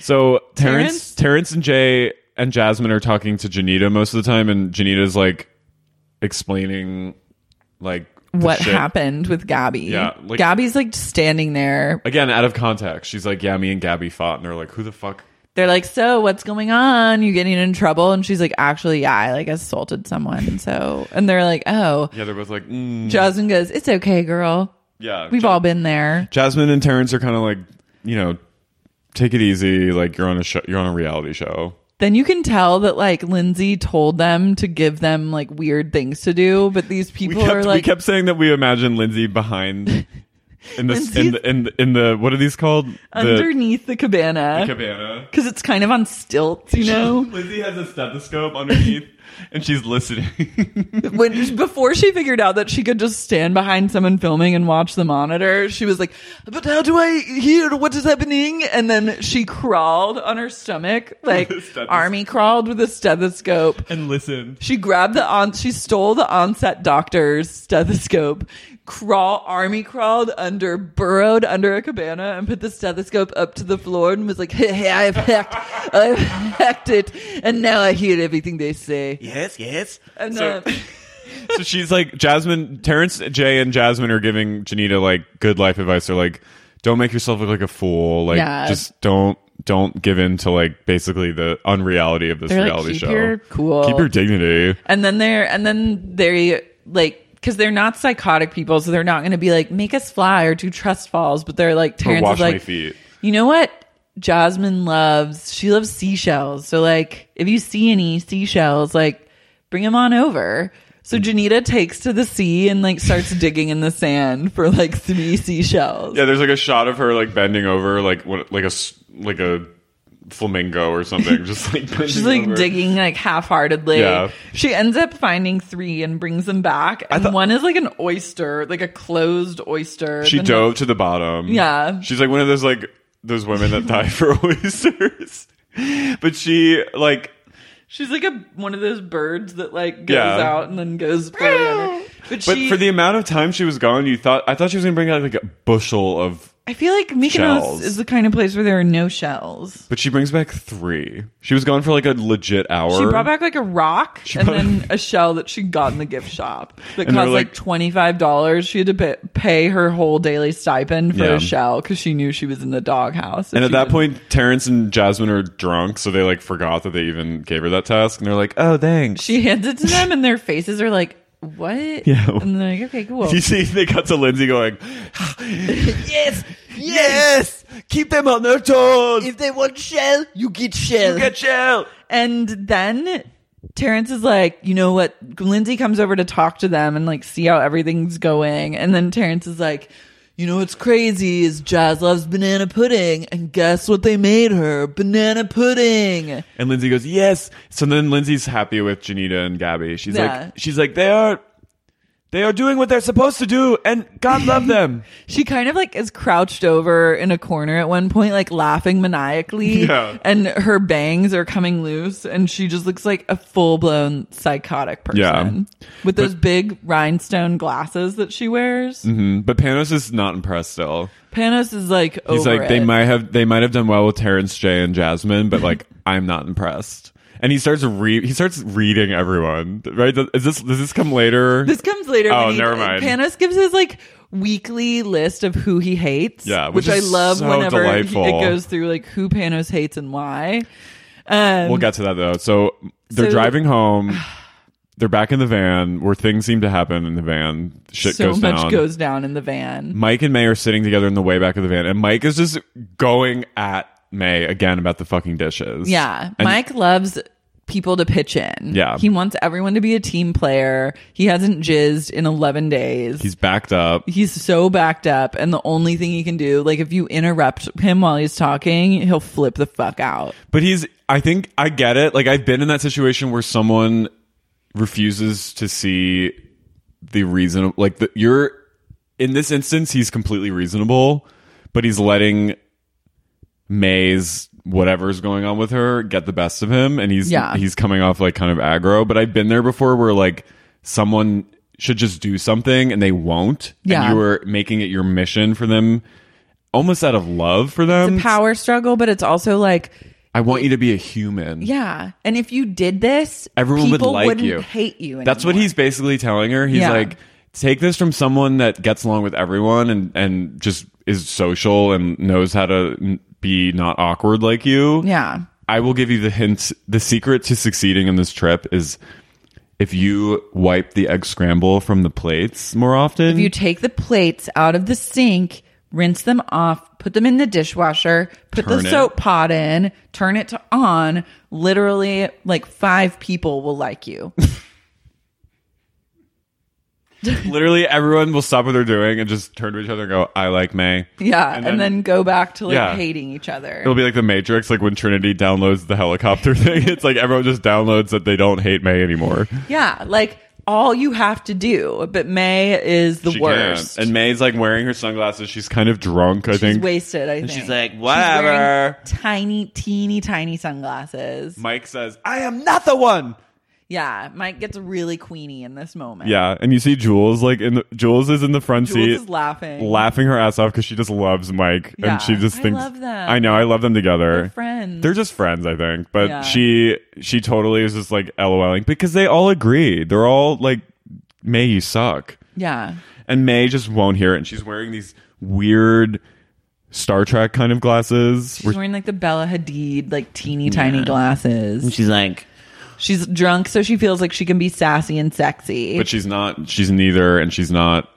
C: So Terrence, Terrence and Jay and Jasmine are talking to Janita most of the time, and Janita's like explaining like the
B: What
C: shit.
B: happened with Gabby?
C: Yeah, like-
B: Gabby's like standing there.
C: Again, out of context. She's like, "Yeah, me and Gabby fought," and they're like, "Who the fuck?"
B: They're like, "So, what's going on? You getting in trouble?" And she's like, "Actually, yeah, I like assaulted someone." So, and they're like, "Oh."
C: Yeah, they're both like, mm.
B: Jasmine goes, "It's okay, girl.
C: Yeah,
B: We've all been there."
C: Jasmine and Terrence are kind of like, you know, take it easy. Like you're on a show, you're on a reality show.
B: Then you can tell that like Lindsay told them to give them like weird things to do, but these people
C: kept,
B: are
C: we
B: like,
C: kept saying that we imagine Lindsay behind in the in the, in, the, in the what are these called?
B: underneath the
C: the,
B: cabana.
C: the cabana.
B: Because it's kind of on stilts, you know?
C: Lindsay has a stethoscope underneath, and she's listening.
B: when before she figured out that she could just stand behind someone filming and watch the monitor, she was like, "But how do I hear what is happening?" And then she crawled on her stomach, like army crawled with a stethoscope
C: and listened.
B: She grabbed the on, she stole the onset doctor's stethoscope, crawl army crawled under, burrowed under a cabana, and put the stethoscope up to the floor and was like, "Hey, hey I've hacked, I've hacked it, and now I hear everything they say."
C: Yes, yes.
B: And uh,
C: So-
B: then.
C: so she's like Jasmine, Terrence, Jay, and Jasmine are giving Janita like good life advice. They're like, don't make yourself look like a fool. Like,
B: Yeah.
C: just don't don't give in to like basically the unreality of this
B: They're like,
C: reality
B: "Keep
C: show.
B: your cool."
C: Keep your dignity.
B: and then they're and then they like because they're not psychotic people, so they're not going to be like make us fly or do trust falls. But they're like
C: Or
B: Terrence
C: wash
B: is like,
C: my feet.
B: you know what? Jasmine loves she loves seashells. So like if you see any seashells, like bring them on over. So
C: Mm.
B: Janita takes to the sea and like starts digging in the sand for like three seashells.
C: Yeah, there's like a shot of her like bending over, like what, like a s- like a flamingo or something, just like bending
B: She's like
C: over.
B: digging like half-heartedly.
C: Yeah.
B: She ends up finding three and brings them back. And one is like an oyster, like a closed oyster.
C: She
B: The-
C: dove to the bottom.
B: Yeah.
C: She's like one of those like those women that die for oysters. but she like
B: She's like a one of those birds that like goes
C: Yeah.
B: out and then goes fully under. But,
C: But
B: she,
C: for the amount of time she was gone, you thought I thought she was gonna bring out like a bushel of,
B: I feel like Mykonos
C: Shells.
B: is the kind of place where there are no shells.
C: but she brings back three. She was gone for like a legit hour.
B: She brought back like a rock
C: She
B: and
C: brought-
B: then a shell that she got in the gift shop that
C: And they're
B: cost like, $25. She had to pay, pay her whole daily stipend for
C: Yeah.
B: a shell because she knew she was in the doghouse. if
C: and at
B: she
C: that point, Terrence and Jasmine are drunk, so they like forgot that they even gave her that task, and they're like, "Oh, thanks."
B: She hands it to them, and their faces are like, "What?"
C: Yeah.
B: and they're like, "Okay, cool."
C: you see, they cut to Lindsay going,
B: yes,
C: "Yes, keep them on their toes."
B: If they want shell, you get shell.
C: You get shell.
B: And then Terrence is like, "You know what?" Lindsay comes over to talk to them and like see how everything's going, and then Terrence is like. You know what's crazy is Jazz loves banana pudding, and guess what they made her? Banana pudding.
C: And Lindsay goes, "Yes." So then Lindsay's happy with Janita and Gabby. She's
B: Yeah.
C: like, "She's like, they are, they are doing what they're supposed to do, and God love them."
B: She kind of like is crouched over in a corner at one point, like laughing maniacally.
C: Yeah.
B: And her bangs are coming loose, and she just looks like a full blown psychotic person.
C: Yeah.
B: With those big rhinestone glasses that she wears.
C: hmm But Panos is not impressed still.
B: Panos is like, over
C: He's like,
B: it.
C: they might have, they might have done well with Terrence J and Jasmine, but like, I'm not impressed. And he starts re- he starts reading everyone. Right? Is this does this come later?
B: This comes later.
C: Oh,
B: when he-
C: never mind.
B: Panos gives his like weekly list of who he hates.
C: Yeah,
B: which,
C: which
B: I
C: is
B: love
C: so
B: whenever he-
C: delightful.
B: it goes through like who Panos hates and why. Um,
C: we'll get to that though. So they're
B: So-
C: driving home. They're back in the van where things seem to happen in the van. Shit
B: so
C: goes
B: much
C: down.
B: goes down in the van.
C: Mike and May are sitting together in the way back of the van, and Mike is just going at May again about the fucking dishes.
B: Yeah.
C: And-
B: Mike loves people to pitch in.
C: Yeah.
B: He wants everyone to be a team player. He hasn't jizzed in 11 days.
C: He's backed up.
B: He's so backed up, and the only thing he can do, like, if you interrupt him while he's talking, he'll flip the fuck out.
C: But he's, I think, I get it. Like, I've been in that situation where someone refuses to see the reason, like, the, you're in this instance, he's completely reasonable, but he's letting May's whatever's going on with her get the best of him, and he's
B: Yeah.
C: he's coming off like kind of aggro. But I've been there before, where like someone should just do something and they won't.
B: Yeah.
C: and you were making it your mission for them, almost out of love for them.
B: It's a power struggle, but it's also like,
C: I want you to be a human.
B: yeah. And if you did this,
C: Everyone would
B: people
C: like
B: wouldn't
C: you.
B: hate you.
C: That's what
B: anymore.
C: he's basically telling her. He's
B: Yeah.
C: like, take this from someone that gets along with everyone and and just is social and knows how to n- be not awkward like you.
B: Yeah.
C: I will give you the hint. The secret to succeeding in this trip is if you wipe the egg scramble from the plates more often.
B: If you take the plates out of the sink, rinse them off, put them in the dishwasher, put
C: Turn
B: the
C: it.
B: soap pot in, turn it to on, literally like five people will like you.
C: Literally, everyone will stop what they're doing and just turn to each other and go, "I like May."
B: yeah. And then, go back to like
C: Yeah.
B: hating each other.
C: It'll be like the Matrix, like when Trinity downloads the helicopter thing. It's like everyone just downloads that they don't hate May anymore.
B: yeah. Like all you have to do, but May is the
C: She
B: worst.
C: can. And May's like wearing her sunglasses. She's kind of drunk, I
B: She's
C: think.
B: wasted, I
C: And
B: think.
C: she's like,
B: wearing
C: "Whatever."
B: tiny, teeny, tiny sunglasses.
C: Mike says, I am not the one.
B: Yeah. Mike gets really queeny in this moment.
C: Yeah, and you see Jules like in the Jules is in the front
B: Jules
C: seat,
B: is laughing.
C: laughing her ass off because she just loves Mike,
B: Yeah.
C: and she just
B: I
C: thinks
B: love them.
C: I know I love them together.
B: They're friends.
C: They're just friends, I think. But
B: Yeah.
C: she she totally is just like LOLing because they all agree. They're all like, May you suck.
B: Yeah.
C: And May just won't hear it. And she's wearing these weird Star Trek kind of glasses.
B: She's wearing like the Bella Hadid, like teeny tiny glasses.
C: she's like,
B: She's drunk, so she feels like she can be sassy and sexy.
C: but she's not. She's neither, and she's not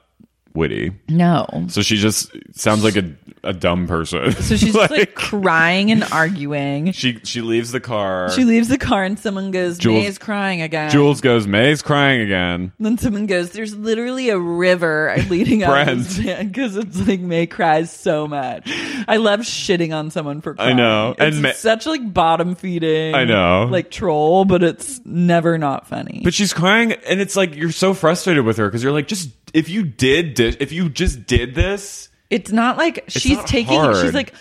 C: witty.
B: no.
C: So she just sounds like a a dumb person.
B: So she's just like crying and arguing.
C: she she leaves the car.
B: She leaves the car and someone goes,
C: Jules-
B: May is crying again.
C: Jules goes, May's crying again.
B: And Then someone goes, There's literally a river leading out of this van because it's like May cries so much. I love shitting on someone for
C: I
B: crying.
C: know.
B: It's
C: And Ma-
B: such like bottom feeding.
C: I know.
B: Like troll, but it's never not funny.
C: But she's crying, and it's like you're so frustrated with her because you're like, just if you did, di- if you just did this,
B: It's not like she's
C: not
B: taking.
C: hard.
B: She's like,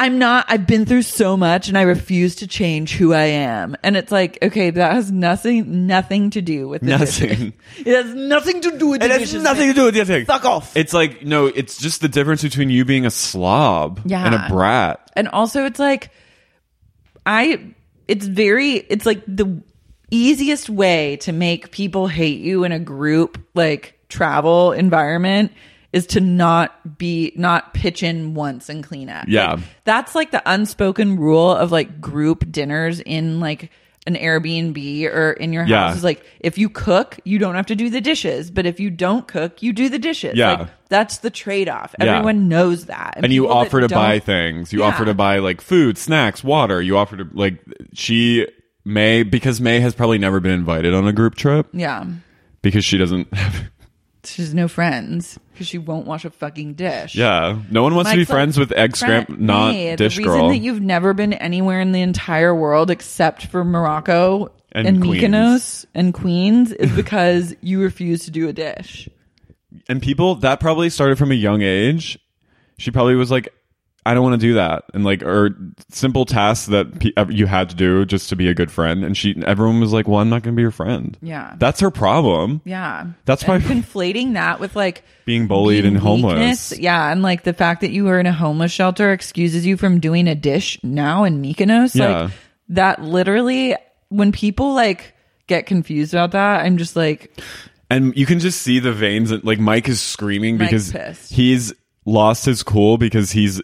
B: I'm not. I've been through so much, and I refuse to change who I am. And it's like, okay, that has nothing, nothing to do with the dishes.
C: nothing.
B: It has nothing to do with.
C: It
B: the
C: has
B: dishes,
C: nothing to
B: man.
C: do with the other thing.
B: Fuck off.
C: It's like no, it's just the difference between you being a slob
B: Yeah.
C: and a brat.
B: And also, it's like, I. It's very. It's like the easiest way to make people hate you in a group like travel environment is to not be not pitch in once and clean up.
C: Yeah.
B: That's like the unspoken rule of like group dinners in like an Airbnb or in your house
C: Yeah.
B: is like if you cook, you don't have to do the dishes, but if you don't cook, you do the dishes.
C: Yeah.
B: Like, that's the trade off.
C: Yeah.
B: Everyone knows that.
C: and you
B: people that
C: offer to buy
B: don't-
C: things. You
B: Yeah.
C: offer to buy like food, snacks, water. You offer to like she May because May has probably never been invited on a group trip
B: Yeah.
C: because she doesn't have
B: She has no friends because she won't wash a fucking dish.
C: Yeah, no one wants to be
B: Mike's like,
C: friends with egg scramp,
B: "Friend-
C: not
B: hey,
C: dish
B: the reason
C: girl.
B: that you've never been anywhere in the entire world except for Morocco
C: And
B: and,
C: Queens.
B: Mykonos and Queens is because you refuse to do a dish.
C: and people that probably started from a young age. She probably was like, "I don't want to do that," and like, or simple tasks that pe- ev- you had to do just to be a good friend. And she, everyone was like, "Well, I'm not going to be your friend."
B: Yeah.
C: that's her problem.
B: Yeah,
C: That's
B: and
C: why-
B: conflating that with like
C: Being bullied and homeless.
B: weakness, yeah, and like the fact that you were in a homeless shelter excuses you from doing a dish now in Mykonos.
C: Yeah.
B: Like that literally, when people like get confused about that, I'm just like,
C: And you can just see the veins. And, like Mike is screaming
B: Mike's
C: because
B: pissed.
C: he's lost his cool because he's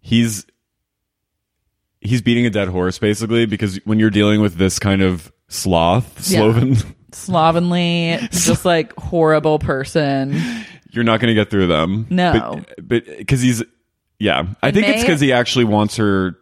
C: he's he's beating a dead horse basically. Because when you're dealing with this kind of sloth,
B: Yeah.
C: sloven,
B: slovenly, just like horrible person.
C: you're not going to get through them.
B: No.
C: but because he's yeah, I
B: And
C: think it's
B: May-
C: because he actually wants her.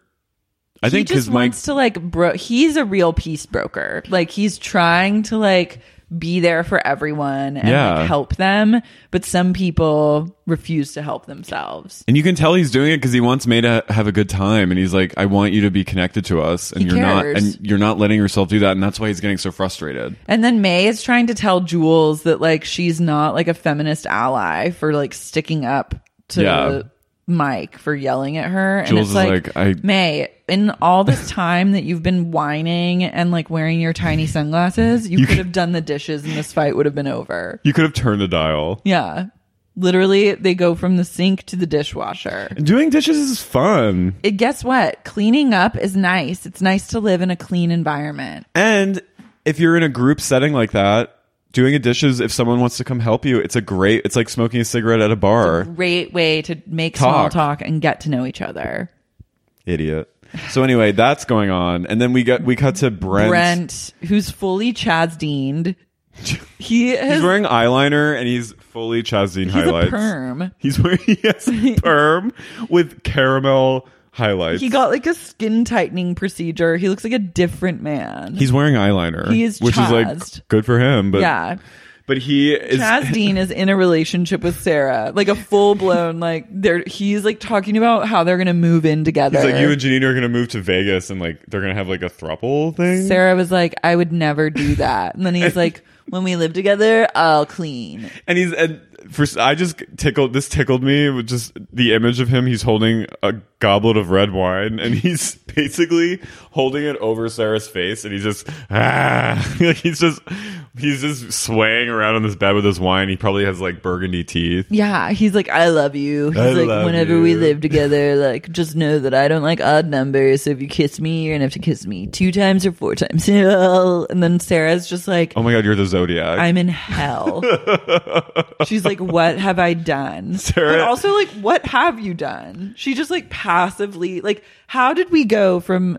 C: I think
B: he
C: because
B: just
C: Mike
B: wants to like bro. He's a real peace broker. Like he's trying to like be there for everyone and
C: Yeah.
B: like, help them. But some people refuse to help themselves.
C: And you can tell he's doing it because he wants May to have a good time, and he's like, "I want you to be connected to us," and
B: He
C: you're not,
B: cares.
C: and you're not letting yourself do that, and that's why he's getting so frustrated.
B: And then May is trying to tell Jules that like she's not like a feminist ally for like sticking up to
C: Yeah.
B: Mike for yelling at her. And
C: Jules
B: it's
C: is
B: like,
C: like, I-
B: May, in all this time that you've been whining and like wearing your tiny sunglasses, you, could have done the dishes and this fight would have been over.
C: You could have turned the dial.
B: Yeah. Literally, they go from the sink to the dishwasher.
C: Doing dishes is fun,
B: It, guess what? Cleaning up is nice. It's nice to live in a clean environment.
C: and if you're in a group setting like that, doing a dishes, if someone wants to come help you, it's a great. It's like smoking a cigarette at a bar.
B: Great way to make small
C: Talk.
B: talk and get to know each other.
C: Idiot. So anyway, that's going on, and then we get we cut to Brent.
B: Brent, who's fully Chaz Deaned. He
C: He's
B: is
C: wearing eyeliner and he's fully Chazine
B: he's
C: highlights.
B: a perm.
C: He's wearing he has a perm with caramel highlights.
B: He got like a skin tightening procedure. He looks like a different man.
C: He's wearing eyeliner.
B: He is
C: which is
B: Chaz'd.
C: like good for him, but
B: yeah.
C: but he is
B: Chaz Dean is in a relationship with Sarah, like a full blown like they're he's like talking about how they're gonna move in together.
C: he's like you and Janina are gonna move to Vegas and like they're gonna have like a thruple thing.
B: Sarah was like, I would never do that, and then he's like, when we live together, I'll clean.
C: And he's and for I just tickled this tickled me with just the image of him. He's holding a goblet of red wine and he's basically holding it over Sarah's face and he's just ah like he's just he's just swaying around on this bed with his wine. He probably has like burgundy teeth.
B: Yeah, he's like, I love you. He's
C: I
B: like,
C: love
B: whenever we
C: you.
B: live together, like, just know that I don't like odd numbers. So if you kiss me, you're gonna have to kiss me two times or four times. And then Sarah's just like,
C: Oh my god, you're the Zodiac.
B: I'm in hell. She's like, what have I done? But
C: Sarah-
B: also, like, what have you done? She just like passively, like, how did we go from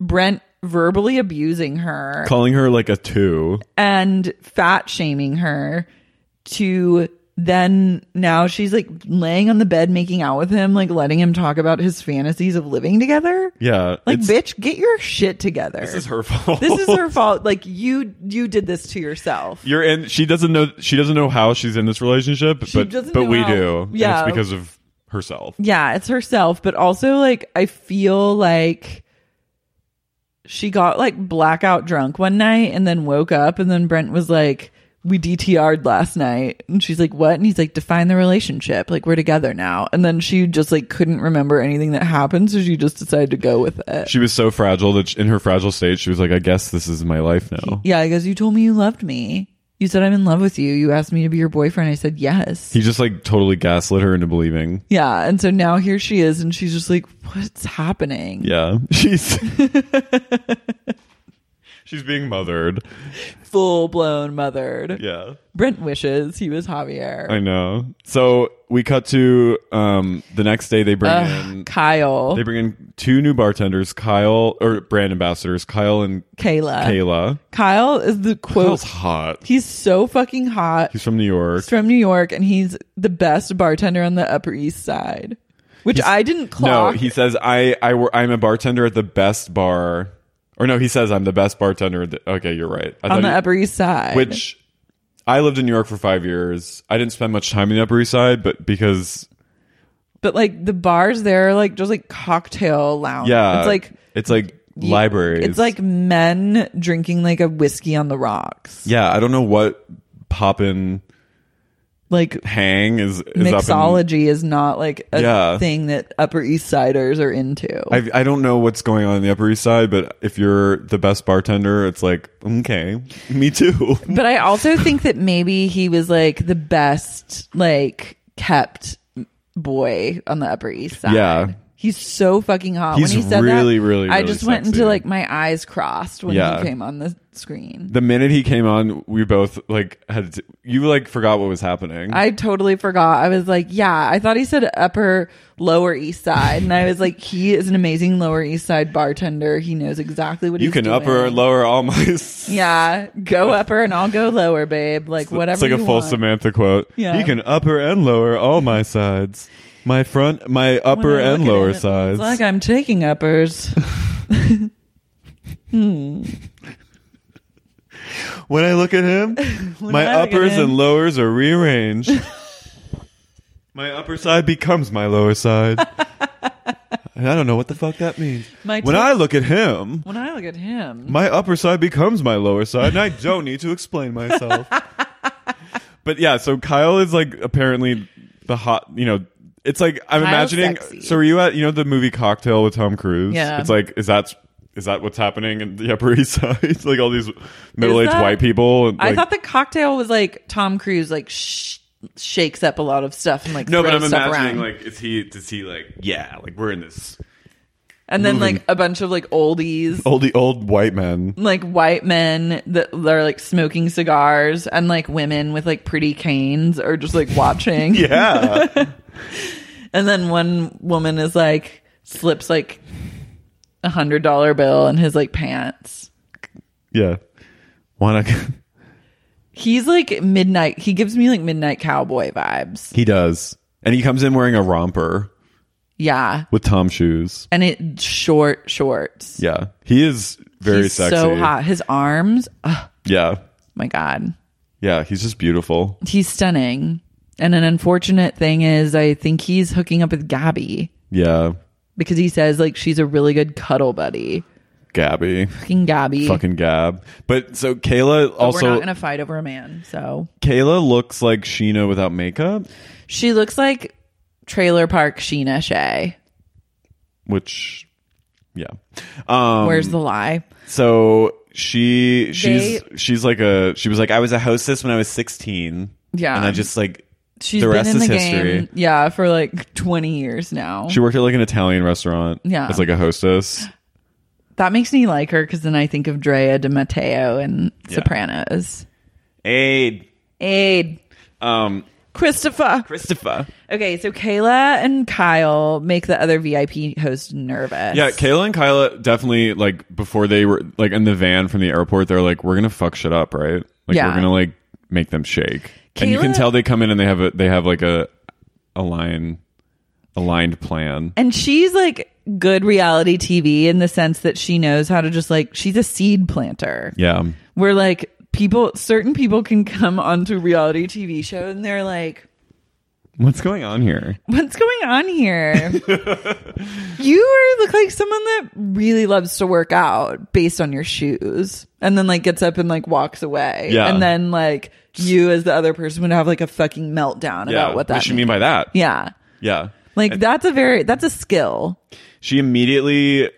B: Brent verbally abusing her
C: calling her like a two.
B: and fat shaming her to then now she's like laying on the bed making out with him, like letting him talk about his fantasies of living together.
C: Yeah.
B: Like,
C: it's-
B: bitch, get your shit together.
C: This is her fault.
B: This is her fault. Like you you did this to yourself.
C: You're in she doesn't know she doesn't know how she's in this relationship, but
B: doesn't
C: but
B: know
C: we
B: how.
C: do. And
B: Yeah.
C: it's because of herself.
B: Yeah, it's herself, but also like I feel like she got like blackout drunk one night and then woke up and then Brent was like we DTR'd last night and she's like what and he's like define the relationship like we're together now and then she just like couldn't remember anything that happened so she just decided to go with it.
C: She was so fragile that sh- in her fragile state, she was like, I guess this is my life now.
B: yeah, I guess you told me you loved me. You said I'm in love with you. You asked me to be your boyfriend. I said yes.
C: He just like totally gaslit her into believing.
B: Yeah, and so now here she is and she's just like what's happening?
C: Yeah. She's She's being mothered.
B: full blown mothered.
C: Yeah.
B: Brent wishes he was Javier.
C: I know. So we cut to um the next day they bring
B: Ugh,
C: in
B: Kyle.
C: They bring in two new bartenders, Kyle or brand ambassadors, Kyle and
B: Kayla.
C: Kayla.
B: Kyle is the quote.
C: Kyle's hot.
B: He's so fucking hot.
C: He's from New York.
B: He's from New York and he's the best bartender on the Upper East Side, which I didn't
C: No,
B: clock.
C: he says I I wor- I'm a bartender at the best bar. Or no, he says I'm the best bartender. At the- okay, you're right. I
B: on
C: thought
B: the
C: he-
B: Upper East Side.
C: which I lived in New York for five years. I didn't spend much time in the Upper East Side, but because
B: but like the bars there are like just like cocktail lounge.
C: yeah,
B: It's like
C: it's like libraries.
B: it's like men drinking like a whiskey on the rocks.
C: yeah, I don't know what poppin'
B: Like
C: hang is, is Up
B: mixology is not like a
C: Yeah.
B: thing that Upper East Siders are into.
C: in, I I don't know what's going on in the Upper East Side, but if you're the best bartender, it's like okay, me too.
B: but I also think that maybe he was like the best, like kept boy on the Upper East Side.
C: Yeah.
B: He's so fucking hot.
C: He's
B: when he said
C: really,
B: that,
C: really,
B: I
C: really
B: just went
C: sexy.
B: into like my eyes crossed when
C: Yeah.
B: he came on the screen.
C: the minute he came on, we both like had to, you like forgot what was happening.
B: I totally forgot. I was like, yeah, I thought he said upper lower east side. And I was like, he is an amazing lower east side bartender. He knows exactly what
C: you
B: he's
C: can
B: doing.
C: upper lower all my
B: Yeah, go upper and I'll go lower, babe. Like whatever.
C: It's like a
B: you
C: full
B: want.
C: Samantha quote.
B: Yeah.
C: You can upper and lower all my sides. My front,
B: When
C: my
B: I
C: upper
B: look
C: and
B: at
C: lower
B: him, it looks
C: sides.
B: Like I'm taking uppers. hmm.
C: When I look at him,
E: When
C: my
E: I look at
C: uppers
E: him.
C: and lowers are rearranged. my upper side becomes my lower side. and I don't know what the fuck that means.
B: My
C: when
B: tits-
C: I look at him,
B: When I look at him,
C: my upper side becomes my lower side, and I don't need to explain myself. but yeah, so Kyle is like apparently the hot, you know. It's like I'm
B: Kyle's
C: imagining.
B: sexy.
C: So were you at you know the movie Cocktail with Tom Cruise?
B: Yeah.
C: It's like is that is that what's happening in the Upper East Side? like all these middle aged
B: Is that-
C: white people. and,
B: I
C: like-
B: thought the cocktail was like Tom Cruise, like sh- shakes up a lot of stuff and like
C: no, but
B: throws
C: I'm
B: stuff
C: imagining
B: around.
C: like is he does he like yeah like we're in this
B: and then
C: moving-
B: like a bunch of like oldies,
C: old the old white men.
B: like white men that are like smoking cigars, and like women with like pretty canes are just like watching.
C: Yeah.
B: and then one woman is like slips like a hundred dollar bill in his like pants.
C: Yeah. Wanna
B: He's like midnight. He gives me like midnight cowboy vibes.
C: he does, and he comes in wearing a romper
B: Yeah.
C: with Tom shoes.
B: And it short shorts.
C: Yeah, he is very
B: He's
C: sexy.
B: So hot. His arms. ugh,
C: Yeah,
B: my God.
C: yeah, he's just beautiful.
B: He's stunning. And an unfortunate thing is, I think he's hooking up with Gabby
C: Yeah,
B: because he says like she's a really good cuddle buddy.
C: Gabby,
B: Fucking Gabby.
C: fucking Gab. But so Kayla
B: But
C: also
B: we're not gonna fight over a man. So
C: Kayla looks like Sheena without makeup,
B: she looks like trailer park Sheena Shea.
C: which yeah. Um,
B: Where's the lie?
C: So she she's she's like a she was like I was a hostess when I was sixteen.
B: Yeah.
C: and I just like
B: She's
C: the
B: been
C: rest
B: in
C: is
B: the
C: history.
B: game, yeah, for like twenty years now.
C: She worked at like an Italian restaurant.
B: Yeah.
C: as like a hostess.
B: That makes me like her because then I think of Drea De Matteo and
C: Yeah.
B: Sopranos.
C: Aid.
B: Aid.
C: Um.
B: Christopher.
C: Christopher.
B: Okay, so Kayla and Kyle make the other VIP host nervous.
F: Yeah,
C: Kayla and Kyla definitely like before they were like in the van from the airport, they're like, we're gonna fuck shit up, right? Like
B: Yeah.
C: we're gonna like make them shake. and you can
B: Kayla-
C: tell they come in and they have a they have like a a line aligned plan.
B: And she's like good reality TV in the sense that she knows how to just like, she's a seed planter.
C: Yeah.
B: Where like people, certain people can come onto reality TV show and they're like,
C: What's going on here?
B: what's going on here? you are, look like someone that really loves to work out based on your shoes and then like gets up and like walks away.
C: Yeah.
B: And then like you as the other person would have like a fucking meltdown about what that
C: does she mean by that?
B: Yeah.
C: Yeah.
B: Like that's a very that's a skill.
C: She immediately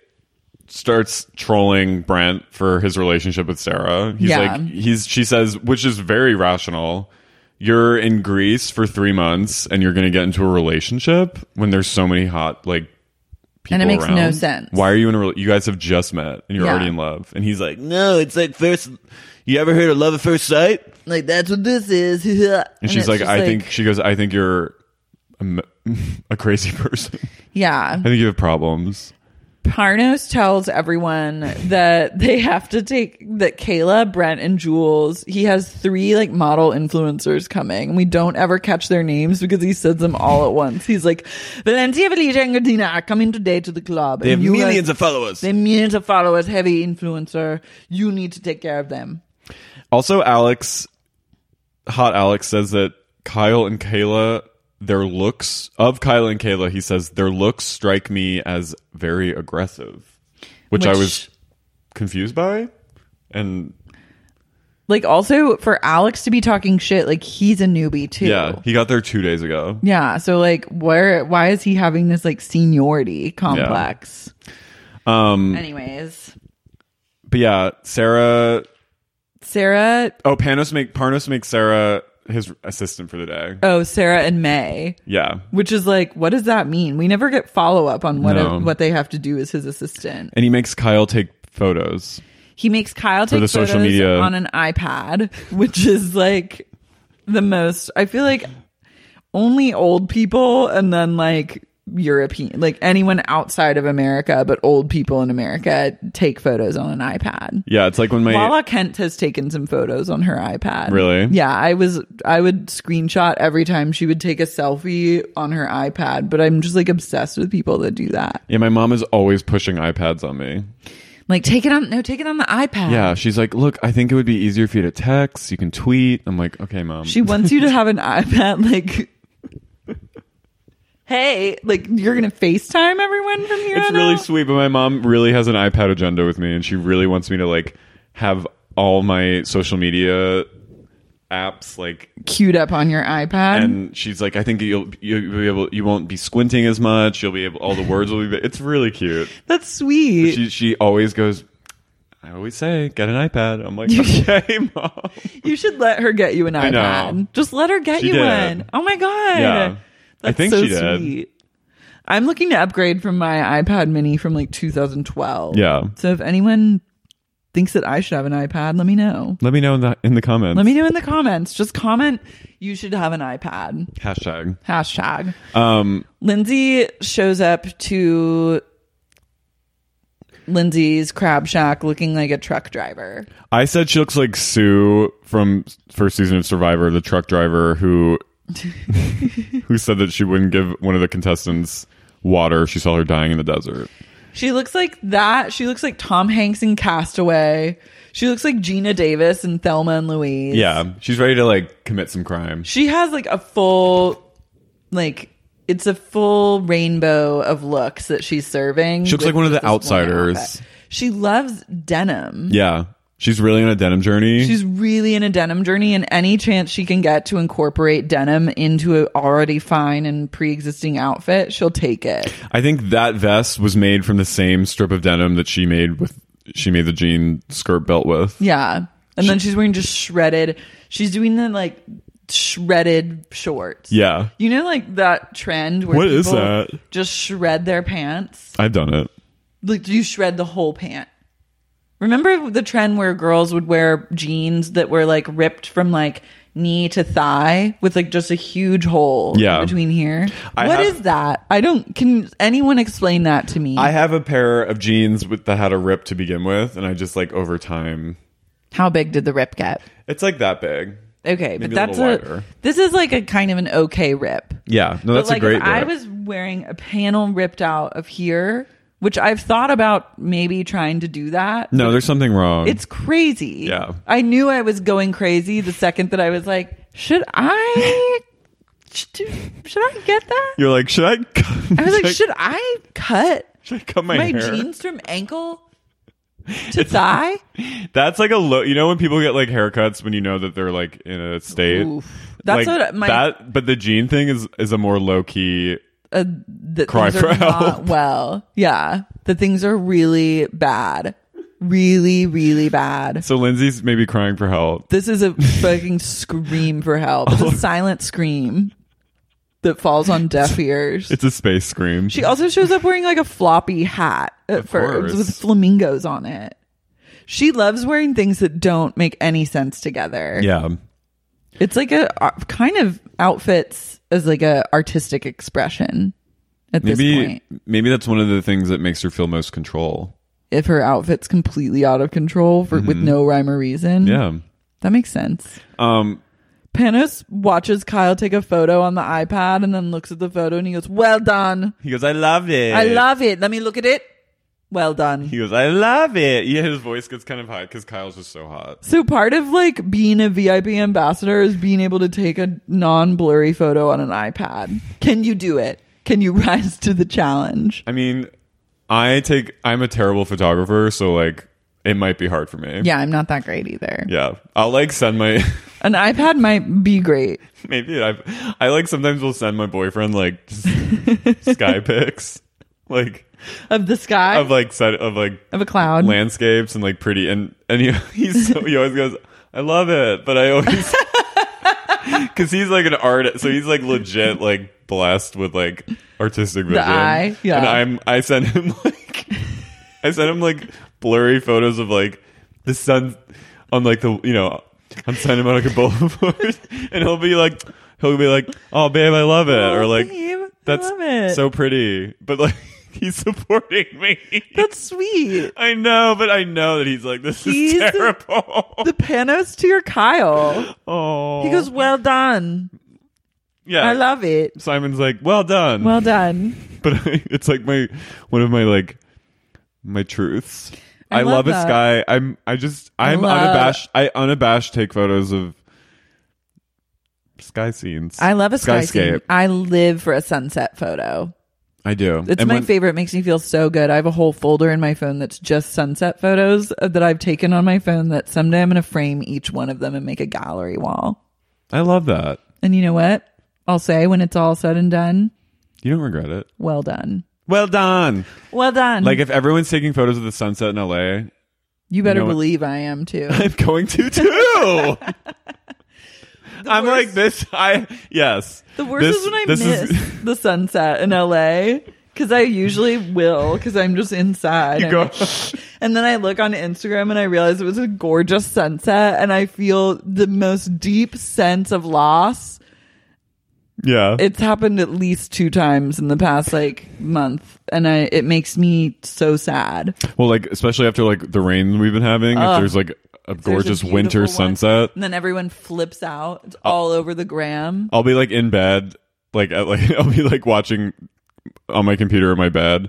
C: starts trolling Brent for his relationship with Sarah. He's
B: Yeah.
C: like he's she says, which is very rational. You're in Greece for three months and you're gonna get into a relationship when there's so many hot like people
B: And it makes no
C: around?
B: sense.
C: Why are you in a rel- you guys have just met and you're
B: Yeah.
C: already in love? And he's like, No, it's like first you ever heard of love at first sight?
B: Like that's what this is. and,
C: And, she's
B: it's
C: like,
B: just
C: I think she goes, I think you're a, m- a crazy person.
B: Yeah.
C: I think you have problems.
B: Parnos tells everyone that they have to take that Kayla, Brent, and Jules. He has three like model influencers coming, and we don't ever catch their names because he says them all at once. He's like, Valencia, Felicia, and Gardina are coming today to the club.
C: They
B: and
C: have
B: you
C: millions of followers.
B: They have millions of followers, heavy influencer. You need to take care of them.
C: Also, Alex, hot Alex says that Kyle and Kayla, their looks of Kyle and Kayla, he says their looks strike me as very aggressive, which, I
B: Which-
C: was confused by, and
B: Like also for Alex to be talking shit, like he's a newbie too.
C: yeah, he got there two days ago.
B: Yeah. So like where why is he having this like seniority complex?
C: Um,
B: Anyways.
C: but yeah, Sarah.
B: Sarah
C: Oh, Panos make Parnos makes Sarah his assistant for the day.
B: oh, Sarah and May.
C: Yeah,
B: Which is like, what does that mean? We never get follow up on what
C: No.
B: what they have to do as his assistant.
C: and he makes Kyle take photos.
B: He makes Kyle
C: For
B: take
C: the social
B: photos
C: media.
B: on an iPad, which is like the most. I feel like only old people, and then like European, like anyone outside of America, but old people in America take photos on an iPad.
C: Yeah, it's like when my
B: Lala Kent has taken some photos on her iPad.
C: Really?
B: Yeah, I was I would screenshot every time she would take a selfie on her iPad, but I'm just like obsessed with people that do that.
C: yeah my mom is always pushing iPads on me.
B: Like take it on no, take it on the iPad.
C: Yeah, she's like, look, I think it would be easier for you to text. You can tweet. I'm like, okay, mom.
B: She wants you to have an iPad like Hey, like you're gonna FaceTime everyone from here
C: It's
B: on
C: really
B: out?
C: sweet, but my mom really has an iPad agenda with me, and she really wants me to like have all my social media apps like
B: queued up on your iPad.
C: and she's like i think you'll you'll be able you won't be squinting as much you'll be able all the words will be it's really cute
B: That's sweet.
C: she she always goes i always say get an ipad i'm like okay mom
B: you should let her get you an
C: I know.
B: iPad. Just let her get
C: She
B: you
C: did.
B: one. Oh my god.
C: Yeah. I
B: That's
C: think
B: so
C: she did.
B: sweet. I'm looking to upgrade from my iPad mini from like 2012.
C: Yeah.
B: So if anyone thinks that I should have an iPad, let me know.
C: let me know in the in the comments
B: Let me know in the comments. Just comment you should have an iPad.
C: hashtag
B: Hashtag.
C: um
B: Lindsay shows up to Lindsay's crab shack looking like a truck driver.
C: I said she looks like Sue from first season of Survivor, the truck driver who who said that she wouldn't give one of the contestants water. if She saw her dying in the desert.
B: She looks like that. She looks like Tom Hanks in Castaway. She looks like Gina Davis in Thelma and Louise.
C: Yeah, she's ready to like commit some crime.
B: She has like a full, like, it's a full rainbow of looks that she's serving.
C: She looks
B: with
C: like one of
B: just
C: the
B: this
C: outsiders.
B: outfit. She loves denim.
C: Yeah, she's really on a denim journey.
B: She's really in a denim journey, and any chance she can get to incorporate denim into an already fine and pre existing outfit, she'll take it.
C: I think that vest was made from the same strip of denim that she made with she made the jean skirt belt with.
B: Yeah. And then she's wearing just shredded, she's doing the like shredded shorts.
C: Yeah,
B: You know, like that trend where
C: What
B: people
C: is that?
B: just shred their pants?
C: I've done it.
B: Like, you shred the whole pant. Remember the trend where girls would wear jeans that were like ripped from like knee to thigh with like just a huge hole in
C: Yeah.
B: between here? What
C: I
B: is
C: have-
B: that? I don't. Can anyone explain that to me?
C: I have a pair of jeans with that had a rip to begin with, and I just like over time,
B: How big did the rip get?
C: it's like that big.
B: Okay,
C: Maybe
B: but
C: a
B: that's
C: little
B: a.
C: wider.
B: This is like a kind of an okay rip.
C: Yeah, no,
B: But,
C: that's
B: like,
C: a great.
B: If I
C: rip.
B: was wearing a panel ripped out of here, which I've thought about maybe trying to do that.
C: no, there's something wrong.
B: It's crazy.
C: Yeah.
B: I knew I was going crazy the second that I was like, should I should I get that?
C: you're like, should I?
B: I was like, should I cut
C: should I cut my, hair?
B: jeans from ankle to thigh?
C: That's like a low. You know when people get like haircuts when you know that they're like in a state.
B: Oof. That's
C: Like,
B: what my-
C: that. But the jean thing is is a more low key.
B: Uh, that
C: Cry
B: things
C: for
B: are
C: help.
B: not well. Yeah. The things are really bad. Really, really bad.
C: So Lindsay's maybe crying for help.
B: This is a fucking scream for help. It's a silent scream that falls on deaf ears.
C: It's a space scream.
B: She also shows up wearing like a floppy hat at
C: Of
B: first
C: course.
B: with flamingos on it. She loves wearing things that don't make any sense together.
C: yeah.
B: It's like a uh, kind of outfits as like a artistic expression at this
C: Maybe
B: point.
C: maybe that's one of the things that makes her feel most control.
B: If her outfit's completely out of control for with no rhyme or reason.
C: Mm-hmm. Yeah.
B: That makes sense.
C: Um.
B: Panos watches Kyle take a photo on the iPad and then looks at the photo and he goes, "Well done.
C: He goes, I loved it.
B: I love it. Let me look at it. Well done."
C: He goes, I love it. Yeah, his voice gets kind of high because Kyle's just so hot.
B: So part of like being a VIP ambassador is being able to take a non-blurry photo on an iPad. Can you do it? Can you rise to the challenge?
C: I mean, I take. I'm a terrible photographer, so like, it might be hard for me.
B: Yeah, I'm not that great either.
C: Yeah. I'll like send my.
B: An iPad might be great.
C: maybe I. I like sometimes will send my boyfriend like just sky pics, like
B: Of the sky
C: of like set of like
B: of a cloud.
C: landscapes and like pretty and and he he's so, he always goes I love it, but I always because he's like an artist, so he's like legit like blessed with like artistic vision.
B: eye, yeah.
C: And I'm I send him like I send him like blurry photos of like the sun on like the you know I'm sending him on like a boulevard, and he'll be like he'll be like oh babe I love it or
B: Oh,
C: like
B: babe, I
C: that's
B: love it."
C: so pretty, but like. He's supporting me.
B: That's sweet.
C: I know, but I know that he's like, this
B: He's
C: is
B: the-
C: terrible.
B: The Panos to your Kyle.
C: oh,
B: He goes, "Well done.
C: yeah.
B: I love it.
C: Simon's like, well done.
B: Well done."
C: but I, it's like my one of my like my truths.
B: I
C: I, love,
B: love
C: a
B: that.
C: sky. I'm. I just. I'm
B: love-
C: unabashed. I unabashed take photos of sky scenes.
B: I love a sky
C: skyscape.
B: scene. I live for a sunset photo.
C: I do.
B: It's
C: And
B: my
C: when-
B: favorite. It makes me feel so good. I have a whole folder in my phone that's just sunset photos that I've taken on my phone that someday I'm going to frame each one of them and make a gallery wall.
C: I love that.
B: And you know what? I'll say when it's all said and done,
C: You don't regret it.
B: well done.
C: Well done.
B: Well done.
C: Like if everyone's taking photos of the sunset in LA,
B: you better
C: you know what-
B: believe I am too.
C: I'm going to too. I'm like this. I yes.
B: The worst
C: This-
B: is when I
C: this
B: miss
C: is-
B: the sunset in LA because I usually will because I'm just inside.
C: You go-
B: and then I look on Instagram and I realize it was a gorgeous sunset and I feel the most deep sense of loss.
C: yeah.
B: It's happened at least two times in the past like month and I it makes me so sad.
C: Well, like especially after like the rain we've been having, if
B: Ugh.
C: there's like a
B: There's a
C: gorgeous
B: beautiful
C: winter
B: one.
C: sunset,
B: And then everyone flips out. It's
C: Oh.
B: all over the gram.
C: I'll be like in bed, like at, like I'll be like watching on my computer in my bed,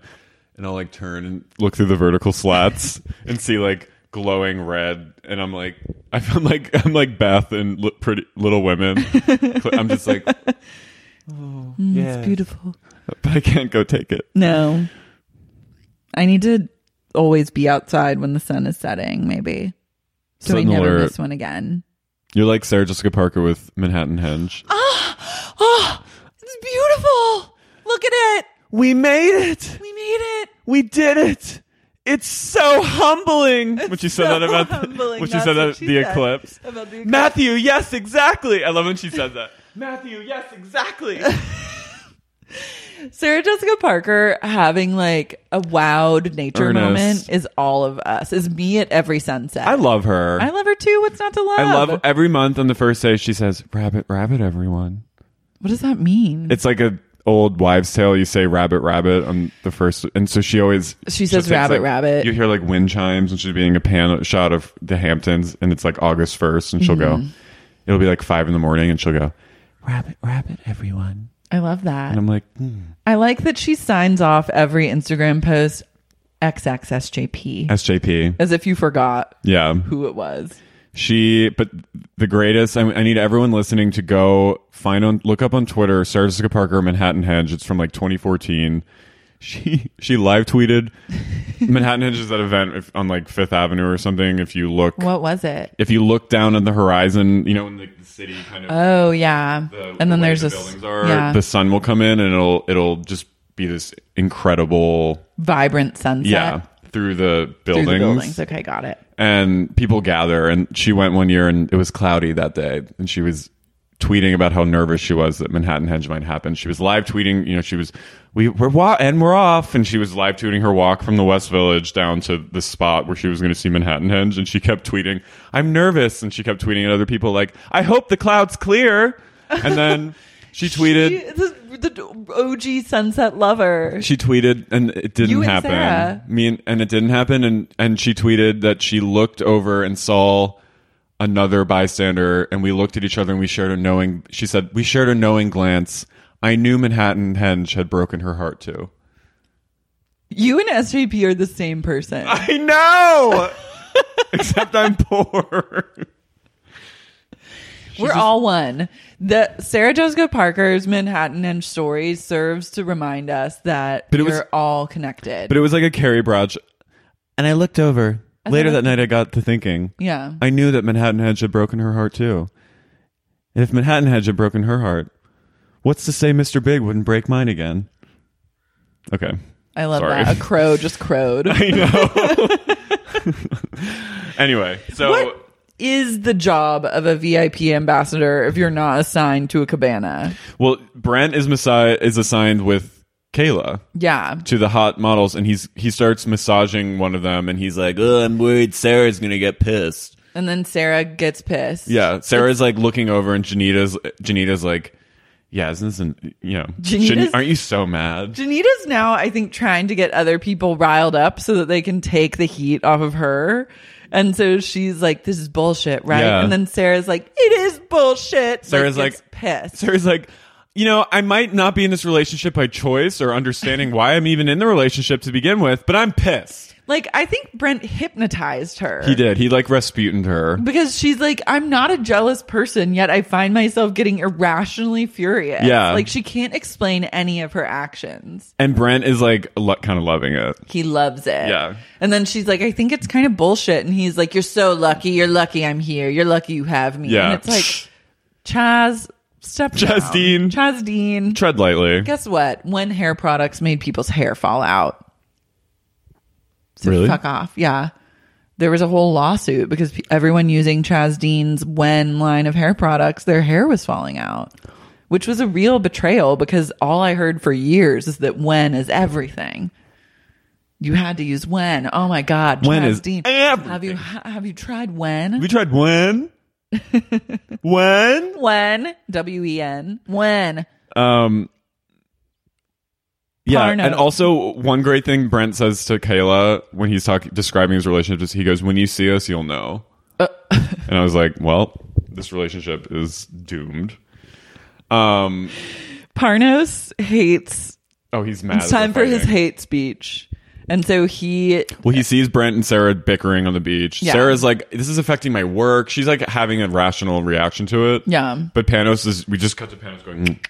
C: and I'll like turn and look through the vertical slats and see like glowing red, and I'm like I'm like I'm like Beth and li- Pretty Little Women. I'm just like,
B: Mm,
C: yes.
B: It's beautiful.
C: but I can't go take it.
B: No. I need to always be outside when the sun is setting, maybe. So we
C: Sudden
B: never
C: alert.
B: miss one again.
C: You're like Sarah Jessica Parker with Manhattan Henge.
B: Ah! Oh, it's beautiful. Look at it.
C: We made it.
B: We made it.
C: We did it. It's so humbling. when she said
B: so
C: that about
B: humbling.
C: when she
B: That's
C: said that
B: what
C: at
B: she
C: the
B: said
C: eclipse.
B: about the eclipse.
C: Matthew, yes, exactly. I love when she says that. Matthew, yes, exactly.
B: Sarah Jessica Parker having like a wowed nature
C: Ernest.
B: moment is all of us. Is me at every sunset.
C: I love her.
B: I love her too. What's not to love?
C: I love every month on the first day she says, "Rabbit, rabbit, everyone."
B: What does that mean?
C: It's like a old wives' tale. You say "rabbit, rabbit" on the first, and so she always
B: She says
C: she'll take,
B: "rabbit,
C: like-
B: rabbit."
C: You hear like wind chimes, and she's being a pan shot of the Hamptons, and it's like August first, and she'll
B: Mm-hmm.
C: go. It'll be like five in the morning, and she'll go, "Rabbit, rabbit, everyone,"
B: I love that.
C: and I'm like, hmm,
B: I like that she signs off every Instagram post XXSJP
C: "SJP."
B: as if you forgot
C: Yeah,
B: who it was.
C: She, but the greatest. I, I need everyone listening to go find on, look up on Twitter, Sarah Jessica Parker, Manhattan Hedge. It's from like 2014. She she live tweeted Manhattan Hedge is that event if, on like Fifth Avenue or something. If you look,
B: What was it?
C: if you look down at the horizon, you know, in like the city kind of,
B: Oh yeah.
C: the,
B: and
C: the
B: then
C: way
B: there's
C: the
B: this
C: buildings are,
B: yeah,
C: the sun will come in and it'll it'll just be this incredible
B: vibrant sunset
C: yeah through the
B: through
C: buildings
B: the buildings. Okay, got it.
C: and people gather and she went one year and it was cloudy that day and she was tweeting about how nervous she was that Manhattan Hedge might happen. She was live tweeting, you know, she was we we're wa- and we're off and she was live tweeting her walk from the West Village down to the spot where she was going to see Manhattan Hedge and she kept tweeting, "I'm nervous." And she kept tweeting at other people like, "I hope the clouds clear." And then she tweeted
B: the, OG sunset lover.
C: she tweeted and it didn't
B: You and
C: happen.
B: Sarah.
C: Me and, and it didn't happen and and she tweeted that she looked over and saw another bystander and we looked at each other and we shared a knowing she said we shared a knowing glance. I knew Manhattan Henge had broken her heart too.
B: You and SJP are the same person.
C: I know. Except I'm poor.
B: We're all one. The Sarah Jessica Parker's Manhattan and story serves to remind us that
C: But it
B: we're
C: was-
B: all connected.
C: but it was like a Carrie Broch. And I looked over. Later that night I got to thinking.
B: yeah.
C: I knew that Manhattan Hedge had broken her heart too. And if Manhattan Hedge had broken her heart, what's to say Mr. Big wouldn't break mine again? Okay.
B: I love
C: Sorry.
B: that. A crow just crowed.
C: I know. anyway, so
B: what is the job of a VIP ambassador if you're not assigned to a cabana?
C: well, Brent is Messiah is assigned with Kayla
B: Yeah.
C: to the hot models, and he's he starts massaging one of them, and he's like, "Oh, I'm worried Sarah's gonna get pissed."
B: And then Sarah gets pissed.
C: Yeah, Sarah's like looking over, and Janita's Janita's like, "Yeah, isn't this an you know?
B: Janita's-
C: shouldn't- aren't you so mad?"
B: Janita's now, I think, trying to get other people riled up so that they can take the heat off of her. And so she's like, this is bullshit, right?
C: Yeah.
B: And then Sarah's like, it is bullshit.
C: Sarah's like,
B: gets pissed.
C: Sarah's like, you know, I might not be in this relationship by choice or understanding why I'm even in the relationship to begin with, but I'm pissed.
B: Like I think Brent hypnotized her.
C: He did. He like Rasputin her.
B: Because she's like, I'm not a jealous person, yet I find myself getting irrationally furious.
C: Yeah.
B: Like she can't explain any of her actions.
C: And Brent is like lo- kind of loving it.
B: He loves it.
C: Yeah.
B: And then she's like, I think it's kind of bullshit. And he's like, You're so lucky. You're lucky I'm here. You're lucky you have me.
C: Yeah.
B: And it's like, Chaz, step
C: Chaz
B: down.
C: Dean.
B: Chaz Dean.
C: Tread lightly.
B: Guess what? When hair products made people's hair fall out. So
C: Really?
B: Fuck off. Yeah. There was a whole lawsuit because pe- everyone using Chaz Dean's When line of hair products, their hair was falling out, which was a real betrayal because all I heard for years is that When is everything. You had to use When. Oh my God.
C: Wen
B: Chaz
C: is
B: Dean. Have you, have you tried When?
C: Have you tried when? when?
B: When. W E N. When.
C: Um yeah,
B: Parno.
C: and also one great thing Brent says to Kayla when he's talking describing his relationship is he goes, "When you see us, you'll know." and I was like, "Well, this relationship is doomed." Um,
B: Parnos hates.
C: Oh, he's mad.
B: It's time
C: at the
B: for his
C: fighting.
B: hate speech. And so he
C: Well, he sees Brent and Sarah bickering on the beach.
B: Yeah.
C: Sarah's like, "This is affecting my work." She's like having a rational reaction to it.
B: Yeah.
C: But Panos is. We just cut to Panos going, "Mm,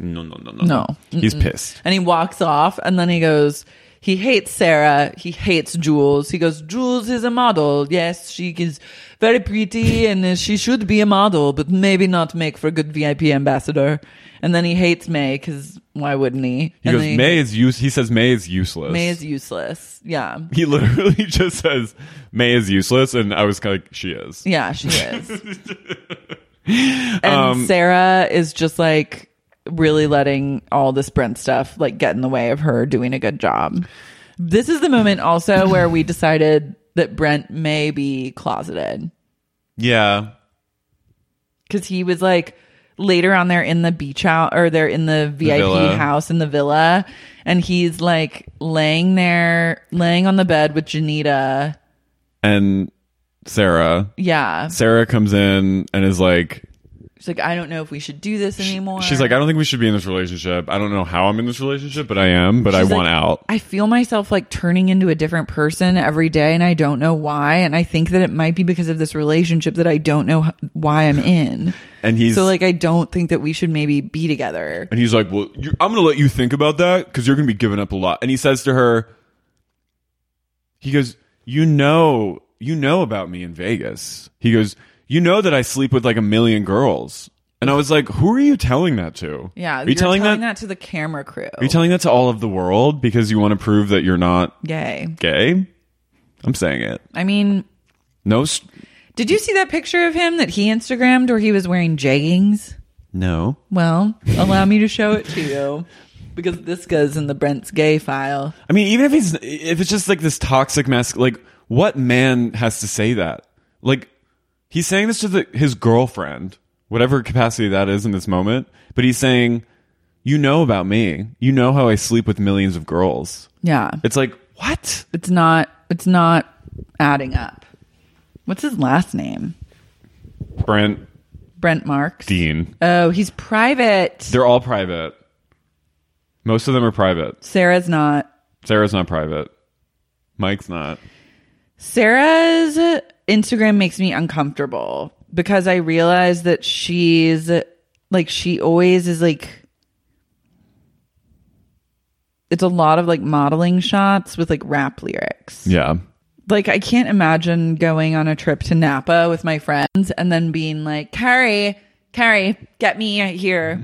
C: "No, no, no, no,
B: No.
C: He's
B: Mm-mm.
C: pissed.
B: And he walks off and then he goes, he hates Sarah. He hates Jules. He goes, Jules is a model. Yes, she is very pretty and uh, she should be a model, but maybe not make for a good VIP ambassador. And then he hates May because why wouldn't he?
C: He
B: and
C: goes,
B: then
C: "May is use." He says, "May is useless."
B: May is useless. Yeah.
C: he literally just says, "May is useless," and I was kind of like, "She is."
B: Yeah, she is. and
C: Um,
B: Sarah is just like really letting all this Brent stuff like get in the way of her doing a good job. This is the moment also where we decided that Brent may be closeted
C: Yeah.
B: because he was like later on they're in the beach house or they're in the VIP
C: villa.
B: house in the villa and he's like laying there laying on the bed with Janita.
C: And Sarah.
B: Yeah.
C: Sarah comes in and is like,
B: She's like, I don't know if we should do this anymore.
C: "She's like, I don't think we should be in this relationship. I don't know how I'm in this relationship, but I am. But I
B: She's
C: want
B: like,
C: out."
B: I feel myself like turning into a different person every day, and I don't know why. And I think that it might be because of this relationship that I don't know h- why I'm in.
C: And he's-
B: so like, I don't think that we should maybe be together.
C: And he's like, "Well, you, I'm going to let you think about that because you're going to be giving up a lot." And he says to her, "He goes, you know, you know about me in Vegas." He goes, "You know that I sleep with like a million girls." And I was like, "Who are you telling that to?"
B: Yeah,
C: are
B: you're
C: you telling, that?
B: to the camera crew.
C: Are you telling that to all of the world because you want to prove that you're not
B: Gay.
C: gay? I'm saying it.
B: I mean,
C: No, st-
B: did you see that picture of him that he Instagrammed where he was wearing jeggings?
C: no.
B: Well, allow me to show it to you because this goes in the Brent's gay file.
C: I mean, even if he's if it's just like this toxic mask, like what man has to say that? Like he's saying this to the, his girlfriend, whatever capacity that is in this moment. But he's saying, "You know about me. You know how I sleep with millions of girls."
B: Yeah.
C: It's like what?
B: It's not. It's not adding up. What's his last name?
C: Brent
B: Brent Marks.
C: Dean.
B: Oh, he's private.
C: They're all private. Most of them are private.
B: Sarah's not.
C: Sarah's not private. Mike's not.
B: Sarah's Instagram makes me uncomfortable because I realize that she's like she always is like it's a lot of like modeling shots with like rap lyrics.
C: Yeah.
B: like I can't imagine going on a trip to Napa with my friends and then being like, Carrie, Carrie, get me here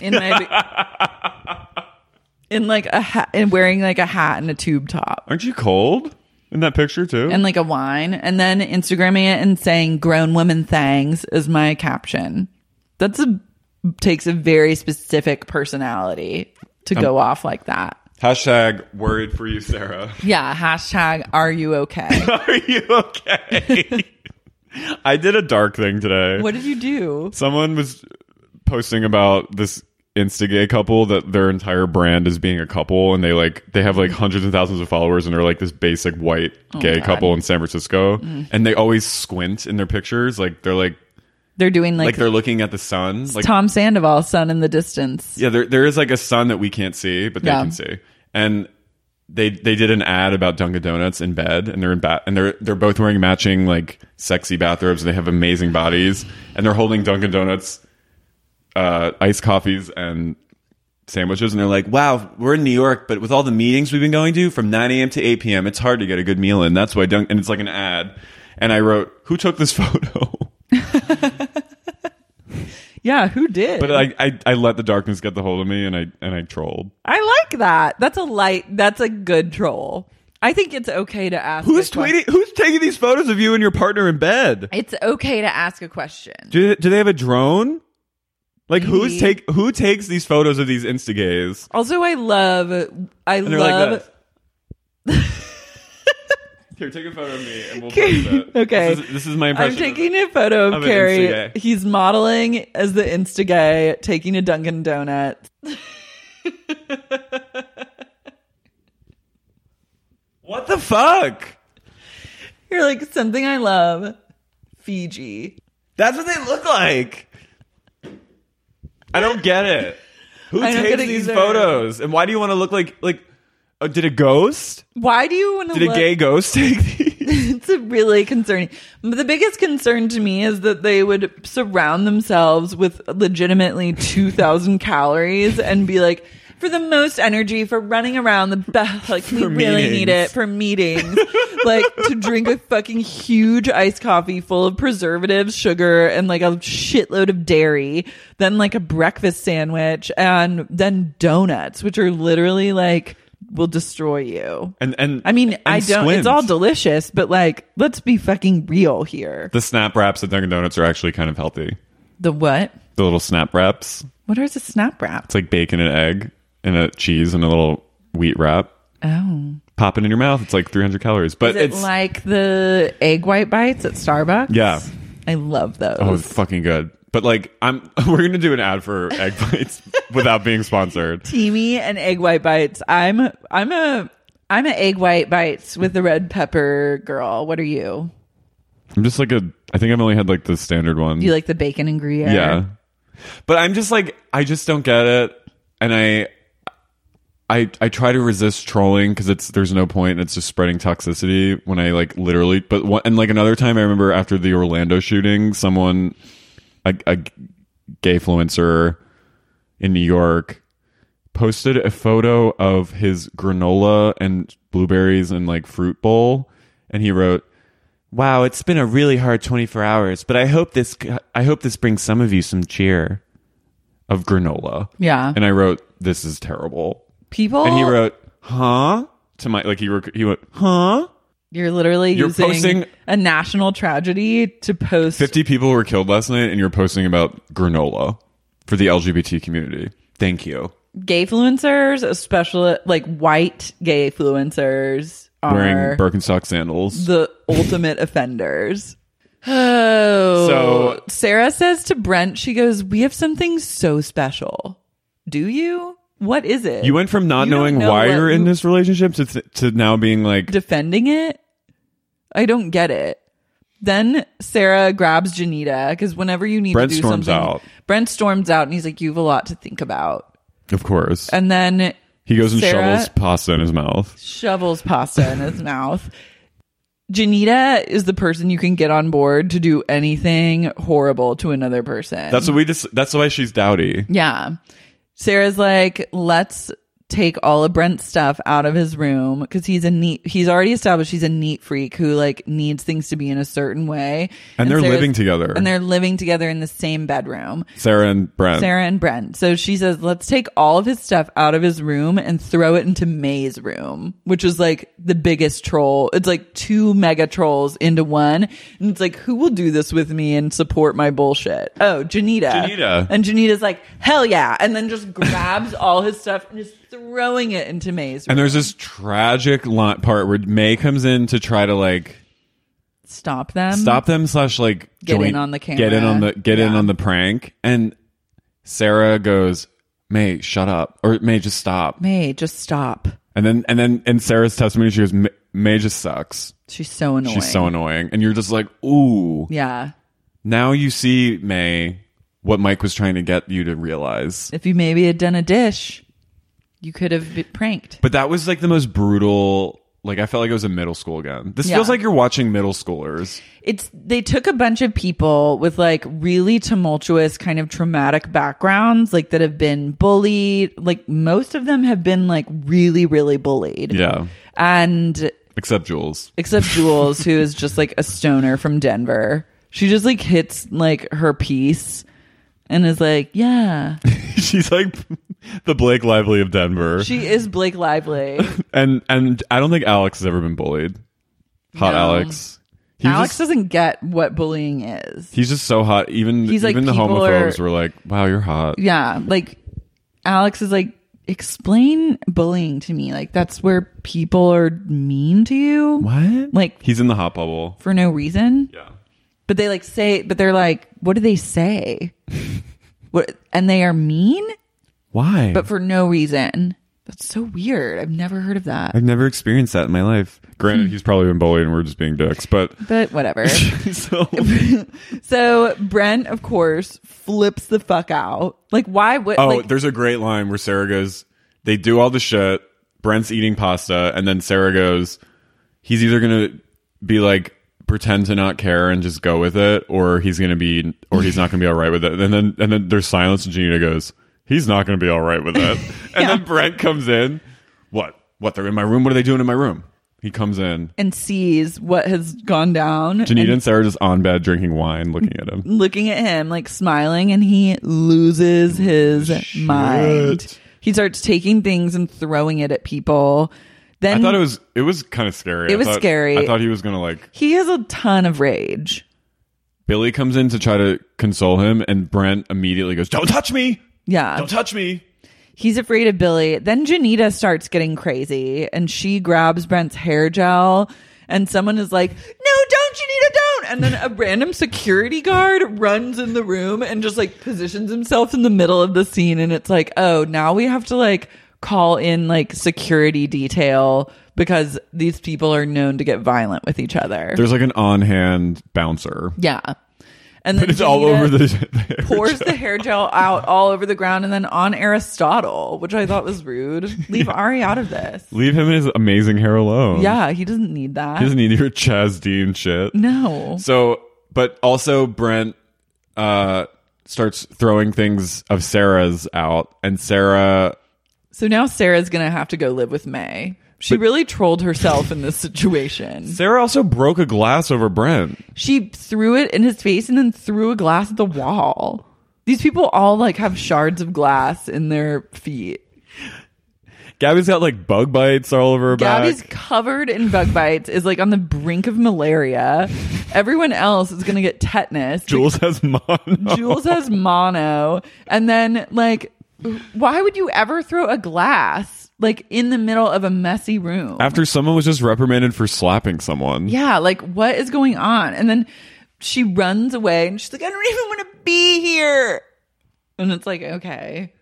B: in my in like a hat and wearing like a hat and a tube top
C: Aren't you cold in that picture too?
B: and like a wine and then Instagramming it and saying "grown woman thangs" is my caption. That's a takes a very specific personality to go off like that.
C: Hashtag worried for you, Sarah.
B: Yeah, hashtag are you okay?
C: Are you okay? I did a dark thing today.
B: what did you do?
C: Someone was posting about this Instagay couple that their entire brand is being a couple and they like they have like hundreds and thousands of followers and they're like this basic white
B: Oh,
C: gay
B: God.
C: couple in San Francisco
B: Mm.
C: and they always squint in their pictures like they're like
B: They're doing
C: like,
B: like,
C: they're looking at the sun like
B: Tom Sandoval's son in the distance.
C: yeah there there is like a sun that we can't see but they
B: Yeah.
C: can see and they they did an ad about Dunkin' Donuts in bed, and they're in bat, and they're they're both wearing matching like sexy bathrobes, and they have amazing bodies, and they're holding Dunkin' Donuts, uh, iced coffees and sandwiches, and they're like, "Wow, we're in New York, but with all the meetings we've been going to from 9 a.m. to 8 p.m., it's hard to get a good meal in. That's why Dunk." And it's like an ad, and I wrote, "Who took this photo?"
B: Yeah, who did?
C: But uh, I, I I let the darkness get the hold of me, and I and I trolled.
B: I like that. That's a light. That's a good troll. I think it's okay to ask.
D: Who's
B: a que-
D: tweeting? Who's taking these photos of you and your partner in bed?
G: It's okay to ask a question.
C: Do do they have a drone? Like who's
B: Maybe.
C: take who takes these photos of these instigays?
B: Also, I love. I
C: And they're like
B: love.
C: this. Here, take a photo of me, and we'll
B: Okay.
C: post it.
B: Okay.
C: this is, this is my
B: I'm
C: impression.
B: taking a photo of
C: of an
B: Carrie.
C: Insta-gay.
B: He's modeling as the Insta-gay, taking a Dunkin' Donut.
C: what the fuck?
B: You're like something I love, Fiji.
C: That's what they look like. I don't get it. Who
B: I don't get
C: takes
B: it
C: these
B: either.
C: photos, and why do you want to look like like? Uh, did a ghost?
B: Why do you want to?
C: Did a gay ghost take
B: it's a really concerning. But the biggest concern to me is that they would surround themselves with legitimately 2,000 calories and be like, for the most energy, for running around the best, like we
G: For
B: really need it
G: meetings.
B: for meetings, like to drink a fucking huge iced coffee full of preservatives, sugar, and like a shitload of dairy, then like a breakfast sandwich, and then donuts, which are literally like will destroy you.
C: And and
B: I mean,
C: and
B: I don't.
C: squint.
B: It's all delicious, but like, let's be fucking real here.
C: The snap wraps at Dunkin' Donuts are actually kind of healthy.
B: The what?
C: The little snap wraps.
B: What is a snap wrap?
C: It's like bacon and egg and a cheese and a little wheat wrap.
B: Oh,
C: Pop it in your mouth. It's like 300 calories, but
B: is it
C: it's
B: like the egg white bites at Starbucks?
C: yeah.
B: I love those.
C: Oh, it's fucking good. But like, I'm we're gonna do an ad for egg bites without being sponsored.
B: Teamy and egg white bites. I'm I'm a I'm an egg white bites with the red pepper girl. What are you?
C: I'm just like a. I think I've only had like the standard one.
B: You like the bacon and gruyere?
C: Yeah. But I'm just like I just don't get it and I I I try to resist trolling cuz it's there's no point and it's just spreading toxicity when I like literally but one, and like another time I remember after the Orlando shooting someone a, a gay influencer in New York posted a photo of his granola and blueberries and like fruit bowl and he wrote Wow, it's been a really hard 24 hours, but I hope this I hope this brings some of you some cheer of granola.
B: Yeah. Oh.
C: And I wrote this is terrible.
B: People.
C: And he wrote, "Huh?" to my like he rec- he went, "Huh?"
B: You're literally
C: You're
B: using
C: posting-
B: a national tragedy to post
C: 50 people were killed last night and you're posting about granola for the LGBT community. Thank you.
B: gay influencers, especially like white gay influencers, are
C: Wearing Birkenstock sandals.
B: the ultimate offenders. Oh,
C: So-
B: Sarah says to Brent, she goes, "We have something so special. Do you? What is it?
C: you went from not
B: You don't
C: knowing
B: know
C: why
B: what-
C: you're in this relationship to th- to now being like
B: defending it? I don't get it." Then Sarah grabs Janita because whenever you need
C: Brent
B: to do
C: storms
B: something,
C: out.
B: Brent storms out and he's like, "You have a lot to think about."
C: of course.
B: And then
C: he goes and
B: Sarah-
C: shovels pasta in his mouth.
B: shovels pasta in his mouth. Janita is the person you can get on board to do anything horrible to another person.
C: That's what we just that's why she's dowdy.
B: Yeah. Sarah's like, let's take all of Brent's stuff out of his room because he's a neat. He's already established he's a neat freak who like needs things to be in a certain way.
C: And they're
B: Sarah's-
C: living together.
B: And they're living together in the same bedroom.
C: Sarah and Brent.
B: Sarah and Brent. So she says, let's take all of his stuff out of his room and throw it into May's room, which is like the biggest troll. It's like two mega trolls into one. And it's like, who will do this with me and support my bullshit? Oh, Janita.
C: Janita.
B: And Janita's like, hell yeah. And then just grabs all his stuff and is throwing it into May's room.
C: And there's this tragic lot part where May comes in to try to like
B: Stop them.
C: stop them slash like
B: Um, Get in on the
C: get in
B: camera.
C: on the get in on the prank, and Sarah goes, "May, shut up," or "May, just stop."
B: May, just stop.
C: And then and then in Sarah's testimony, she goes, "May- "May just sucks.
B: She's so annoying.
C: She's so annoying," and you're just like, "Ooh."
B: Yeah.
C: Now you see May what Mike was trying to get you to realize.
B: If you maybe had done a dish, You could have been pranked.
C: But that was like the most brutal. Like I felt like it was in middle school again. This
B: Yeah.
C: feels like you're watching middle schoolers.
B: It's they took a bunch of people with like really tumultuous kind of traumatic backgrounds, like that have been bullied. Like most of them have been like really, really bullied.
C: Yeah.
B: And
C: Except Jules.
B: except Jules, who is just like a stoner from Denver. She just like hits like her piece and is like, yeah,
C: She's like the Blake Lively of Denver.
B: she is Blake Lively.
C: and and I don't think Alex has ever been bullied. Hot
B: No.
C: Alex. He was
B: Alex
C: just-
B: doesn't get what bullying is.
C: he's just so hot. Even
B: He's like,
C: even the
B: people are-
C: homophobes were like, "Wow, you're hot."
B: Yeah, like Alex is like, explain bullying to me. Like that's where people are mean to you.
C: What?
B: Like
C: He's in the hot bubble.
B: for no reason. Yeah. But they like say, but they're like, what do they say? what? And they are mean,
C: Why?
B: but for no reason. That's so weird. I've never heard of that.
C: I've never experienced that in my life. Granted, he's probably been bullied and we're just being dicks, but
B: But whatever.
C: so
B: so Brent, of course, flips the fuck out. Like, why would?
C: Oh,
B: like,
C: there's a great line where Sarah goes, they do all the shit. Brent's eating pasta, and then Sarah goes, he's either gonna be like pretend to not care and just go with it, or he's gonna be, or he's not gonna be all right with it. And then and then there's silence, and Gina goes, he's not gonna be all right with it. And then Brent comes in. What? What? They're in my room. What are they doing in my room? He comes in.
B: and sees what has gone down.
C: Janita
B: and
C: and Sarah just on bed drinking wine, looking at him.
B: looking at him, like smiling, and he loses his mind. He starts taking things and throwing it at people. Then
C: I thought it was it was kind of scary.
B: It
C: I
B: was
C: thought-
B: scary.
C: I thought he was gonna like
B: he has a ton of rage.
C: Billy comes in to try to console him, and Brent immediately goes, "Don't touch me!
B: Yeah.
C: Don't touch me!"
B: He's afraid of Billy. Then Janita starts getting crazy and she grabs Brent's hair gel and someone is like, No, don't, Janita, don't. And then a random security guard runs in the room and just like positions himself in the middle of the scene. And it's like, Oh, now we have to like call in like security detail because these people are known to get violent with each other.
C: There's like an on-hand bouncer,
B: yeah. And then
C: but it's all
B: Janita-
C: over the. the
B: pours the hair gel out all over the ground and then on Aristotle, which I thought was rude. Leave Ari out of this.
C: Leave him and his amazing hair alone.
B: Yeah, he doesn't need that.
C: he doesn't need your Chaz Dean shit.
B: no.
C: So, but also Brent uh, starts throwing things of Sarah's out, and Sarah
B: So now Sarah's going to have to go live with May. She really trolled herself in this situation.
C: Sarah also broke a glass over Brent.
B: She threw it in his face and then threw a glass at the wall. These people all like have shards of glass in their feet.
C: Gabby's got like bug bites all over her
B: Gabby's
C: back.
B: covered in bug bites, is like on the brink of malaria. Everyone else is going to get tetanus.
C: Jules has mono.
B: Jules has mono. And then, like, why would you ever throw a glass, like, in the middle of a messy room?
C: After someone was just reprimanded for slapping someone.
B: yeah, like, what is going on? And then she runs away and she's like, I don't even want to be here. And it's like, okay.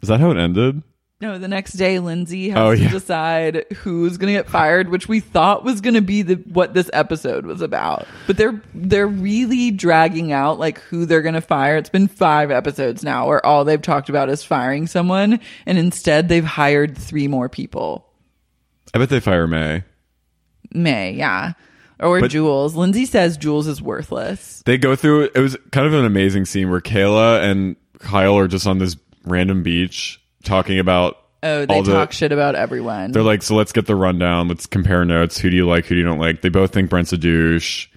C: Is that how it ended?
B: No, the next day, Lindsay has
C: Oh, yeah.
B: to decide who's going to get fired, which we thought was going to be the what this episode was about. But they're they're really dragging out like who they're going to fire. It's been five episodes now where all they've talked about is firing someone, and instead they've hired three more people.
C: I bet they fire May.
B: May, yeah, or
C: But-
B: Jules. Lindsay says Jules is worthless.
C: They go through it was kind of an amazing scene where Kayla and Kyle are just on this random beach talking about
B: Oh, they
C: all the-
B: talk shit about everyone.
C: They're like, so let's get the rundown, let's compare notes. Who do you like, who do you don't like? They both think Brent's a douche.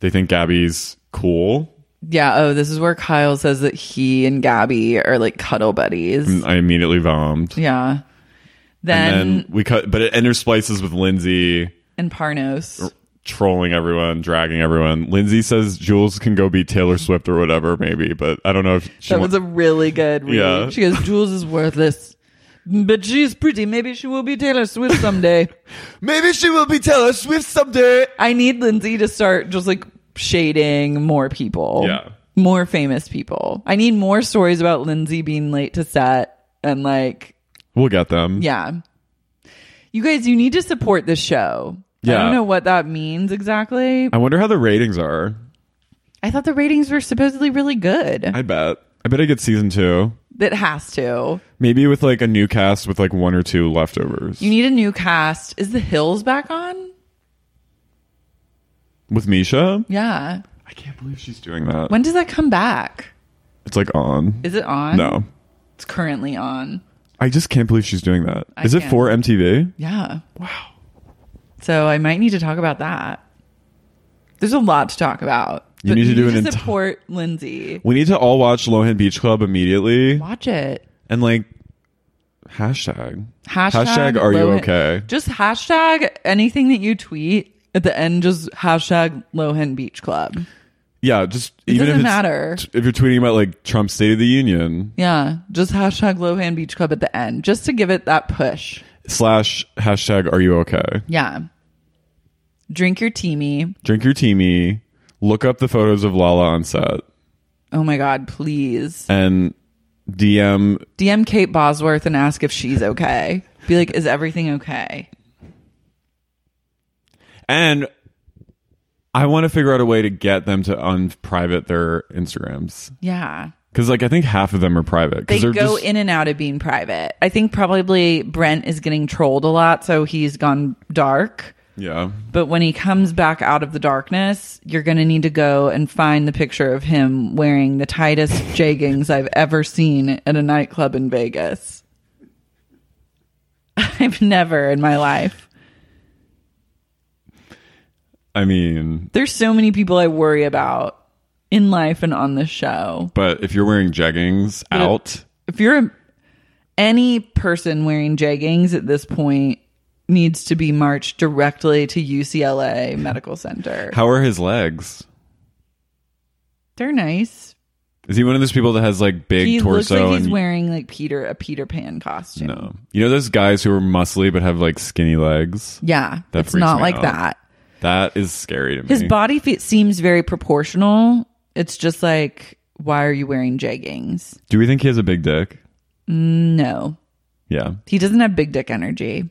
C: They think Gabby's cool.
B: yeah. Oh, this is where Kyle says that he and Gabby are like cuddle buddies.
C: And I immediately vomed.
B: Yeah.
C: and
B: Then
C: then we cut but it intersplices with Lindsay
B: and Parnos.
C: trolling everyone, dragging everyone. Lindsay says Jules can go beat Taylor Swift or whatever, maybe, but I don't know if she
B: That
C: wants
B: was a really good read.
C: Yeah.
B: She goes, Jules is worthless. But she's pretty. Maybe she will be Taylor Swift someday.
C: Maybe she will be Taylor Swift someday.
B: I need Lindsay to start just like shading more people.
C: Yeah.
B: More famous people. I need more stories about Lindsay being late to set and like,
C: We'll get them.
B: yeah. You guys, you need to support this show. I
C: Yeah.
B: don't know what that means exactly.
C: I wonder how the ratings are.
B: I thought the ratings were supposedly really good.
C: I bet. I bet I get season two.
B: That has to.
C: Maybe with like a new cast with like one or two leftovers.
B: You need a new cast. Is The Hills back on?
C: With Misha?
B: Yeah.
C: I believe she's doing that.
B: When does that come back?
C: It's like on.
B: Is it on?
C: No.
B: It's currently on.
C: I just can't believe she's doing that. Is
B: I
C: it
B: can't.
C: for MTV?
B: Yeah. Wow. So I might need to talk about that. There's a lot to talk about.
C: You
B: But
C: need to do an enti-
B: support Lindsay.
C: We need to all watch Lohan Beach Club immediately.
B: Watch it.
C: And like hashtag.
B: Hashtag,
C: are you
B: Lohan-
C: okay?
B: Just hashtag anything that you tweet at the end. Just hashtag Lohan Beach Club.
C: Yeah, just
B: It
C: even if
B: doesn't
C: it's,
B: matter.
C: t- if you're tweeting about like Trump's State of the Union
B: Yeah, just hashtag Lohan Beach Club at the end, just to give it that push.
C: slash hashtag are you okay?
B: Yeah. Drink your E. teamy.
C: Drink your teamy. Look up the photos of Lala on set
B: Oh my God, please.
C: and DM
B: DM Kate Bosworth and ask if she's okay. Be like, is everything okay?
C: and I want to figure out a way to get them to unprivate their Instagrams
B: Yeah.
C: because like I think half of them are private
B: They
C: because
B: go
C: are just
B: in and out of being private. I think probably Brent is getting trolled a lot, so he's gone dark.
C: yeah.
B: But when he comes back out of the darkness, you're going to need to go and find the picture of him wearing the tightest jeggings I've ever seen at a nightclub in Vegas. I've never in my life.
C: I mean,
B: There's so many people I worry about in life and on this show.
C: but if you're wearing jeggings
B: But
C: out,
B: If you're a, any person wearing jeggings at this point, needs to be marched directly to UCLA Medical Center.
C: how are his legs?
B: They're nice.
C: Is he one of those people that has like big
B: he looks
C: torso
B: like he's
C: and
B: wearing like Peter a Peter Pan costume.
C: no? You know those guys who are muscly but have like skinny legs.
B: Yeah,
C: That
B: it's
C: freaks
B: not
C: me
B: like
C: out.
B: that.
C: That is scary to me.
B: His body fit seems very proportional. It's just like, why are you wearing jeggings?
C: Do we think he has a big dick?
B: No,
C: Yeah.
B: he doesn't have big dick energy.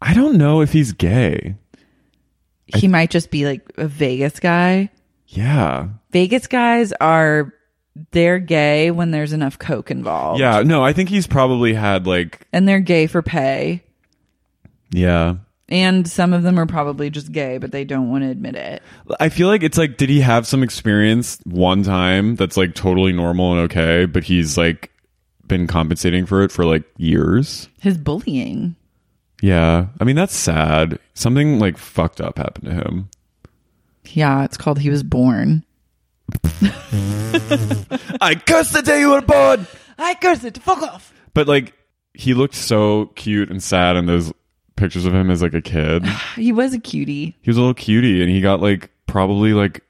C: I don't know if he's gay.
B: He might just be like a Vegas guy.
C: Yeah.
B: Vegas guys are they're gay when there's enough coke involved.
C: Yeah. No, I think he's probably had like,
B: and they're gay for pay.
C: yeah.
B: And some of them are probably just gay, but they don't want to admit it.
C: I feel like it's like, did he have some experience one time that's like totally normal and okay, but he's like been compensating for it for like years?
B: His bullying.
C: Yeah. I mean, that's sad. Something like fucked up happened to him.
B: Yeah, it's called He Was Born.
C: I cursed the day you were born.
B: I curse it. Fuck off.
C: But like, he looked so cute and sad in those pictures of him as like a kid.
B: He was a cutie.
C: he was a little cutie and he got like probably like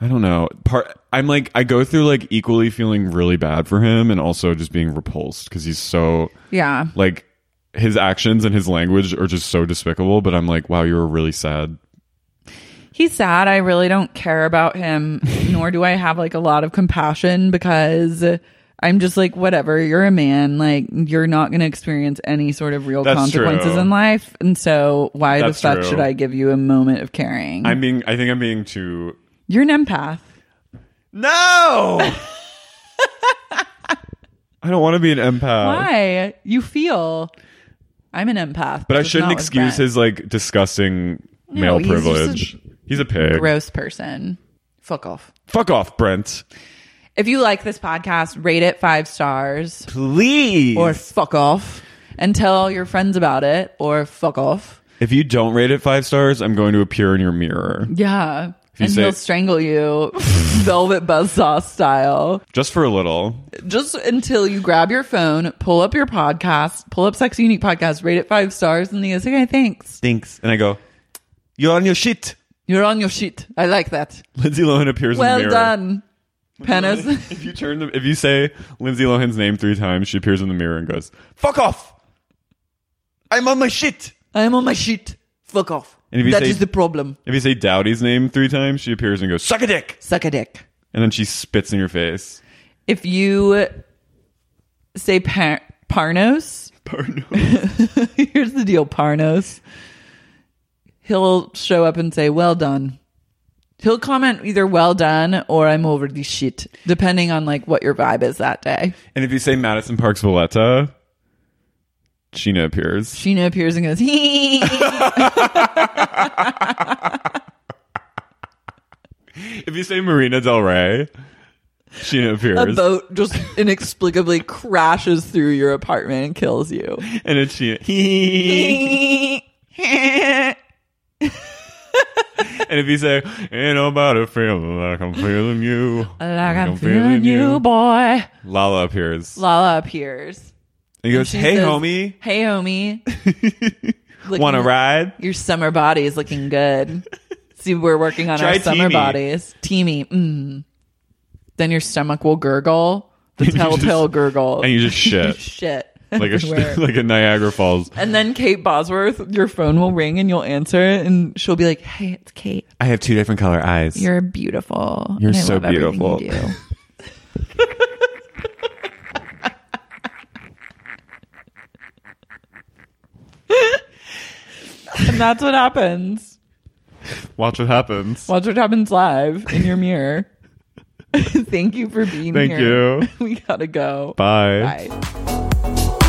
C: i don't know part i'm like i go through like equally feeling really bad for him and also just being repulsed because he's so
B: Yeah.
C: like his actions and his language are just so despicable but i'm like wow you're a really sad
B: He's sad. I really don't care about him, nor do I have like a lot of compassion because I'm just like, whatever, you're a man. Like, you're not going to experience any sort of real
C: That's
B: consequences
C: true.
B: in life. And so, why
C: That's
B: the fuck
C: true.
B: should I give you a moment of caring?
C: i'm being i think i'm being too
B: you're an empath.
C: no i don't want to be an empath
B: why? You feel I'm an empath.
C: but i
B: just not
C: shouldn't
B: with
C: excuse
B: Brent.
C: his like disgusting
B: No,
C: male
B: he's just a
C: privilege he's a pig
B: gross person. Fuck off.
C: fuck off brent
B: If you like this podcast, rate it five stars.
C: please
B: or fuck off and tell your friends about it or fuck off.
C: If you don't rate it five stars, I'm going to appear in your mirror
B: Yeah.
C: you
B: And
C: say-
B: he'll strangle you, velvet buzzsaw style,
C: just for a little.
B: just until you grab your phone, pull up your podcast, pull up Sexy Unique Podcast, rate it five stars, and he goes, okay, thanks.
C: Stinks. And I go, You're on your shit.
B: You're on your sheet. I like that.
C: Lindsay Lohan appears in the
B: well
C: mirror.
B: done, Penis.
C: If you turn the, if you say Lindsay Lohan's name three times, she appears in the mirror and goes, Fuck off. I'm on my shit.
B: I'm on my sheet. Fuck off.
C: And
B: That
C: if you
B: is
C: say-
B: the problem.
C: If you say Dowdy's name three times, she appears and goes, Suck a dick.
B: Suck a dick.
C: And then she spits in your face.
B: If you say par- Parnos, Parnos. here's the deal, Parnos. He'll show up and say, "Well done." He'll comment either "well done" or "I'm over this shit," depending on like what your vibe is that day.
C: And if you say Madison Parks Valletta, Sheena appears.
B: Sheena appears and goes, "Hee."
C: If you say Marina Del Rey, Sheena
B: A
C: appears.
B: boat just inexplicably crashes through your apartment and kills you.
C: And it's Sheena. Hee. and if you say, Ain't nobody feeling like I'm feeling you.
B: Like I'm feeling you, boy.
C: Lala appears.
B: Lala appears.
C: And he goes,
B: she
C: Hey,
B: says,
C: homie,
B: Hey, homie. Looking-
C: want to ride?
B: Your summer body is looking good. See, we're working on
C: Try
B: our summer
C: teamy.
B: bodies. Teamy. Mm. Then your stomach will gurgle. The
C: You
B: telltale
C: just-
B: gurgle.
C: And you just shit.
B: shit.
C: Like
B: everywhere.
C: a, like a Niagara Falls.
B: and then Kate Bosworth, your phone will ring and you'll answer it, and she'll be like, "Hey, it's Kate.
C: I have two different color eyes.
B: You're beautiful.
C: You're
B: and I
C: so
B: love everything
C: beautiful.
B: You do. and that's what happens.
C: Watch what happens.
B: Watch what happens live in your mirror. Thank you for being
C: Thank
B: here.
C: you.
B: We gotta go.
C: Bye.
B: Bye.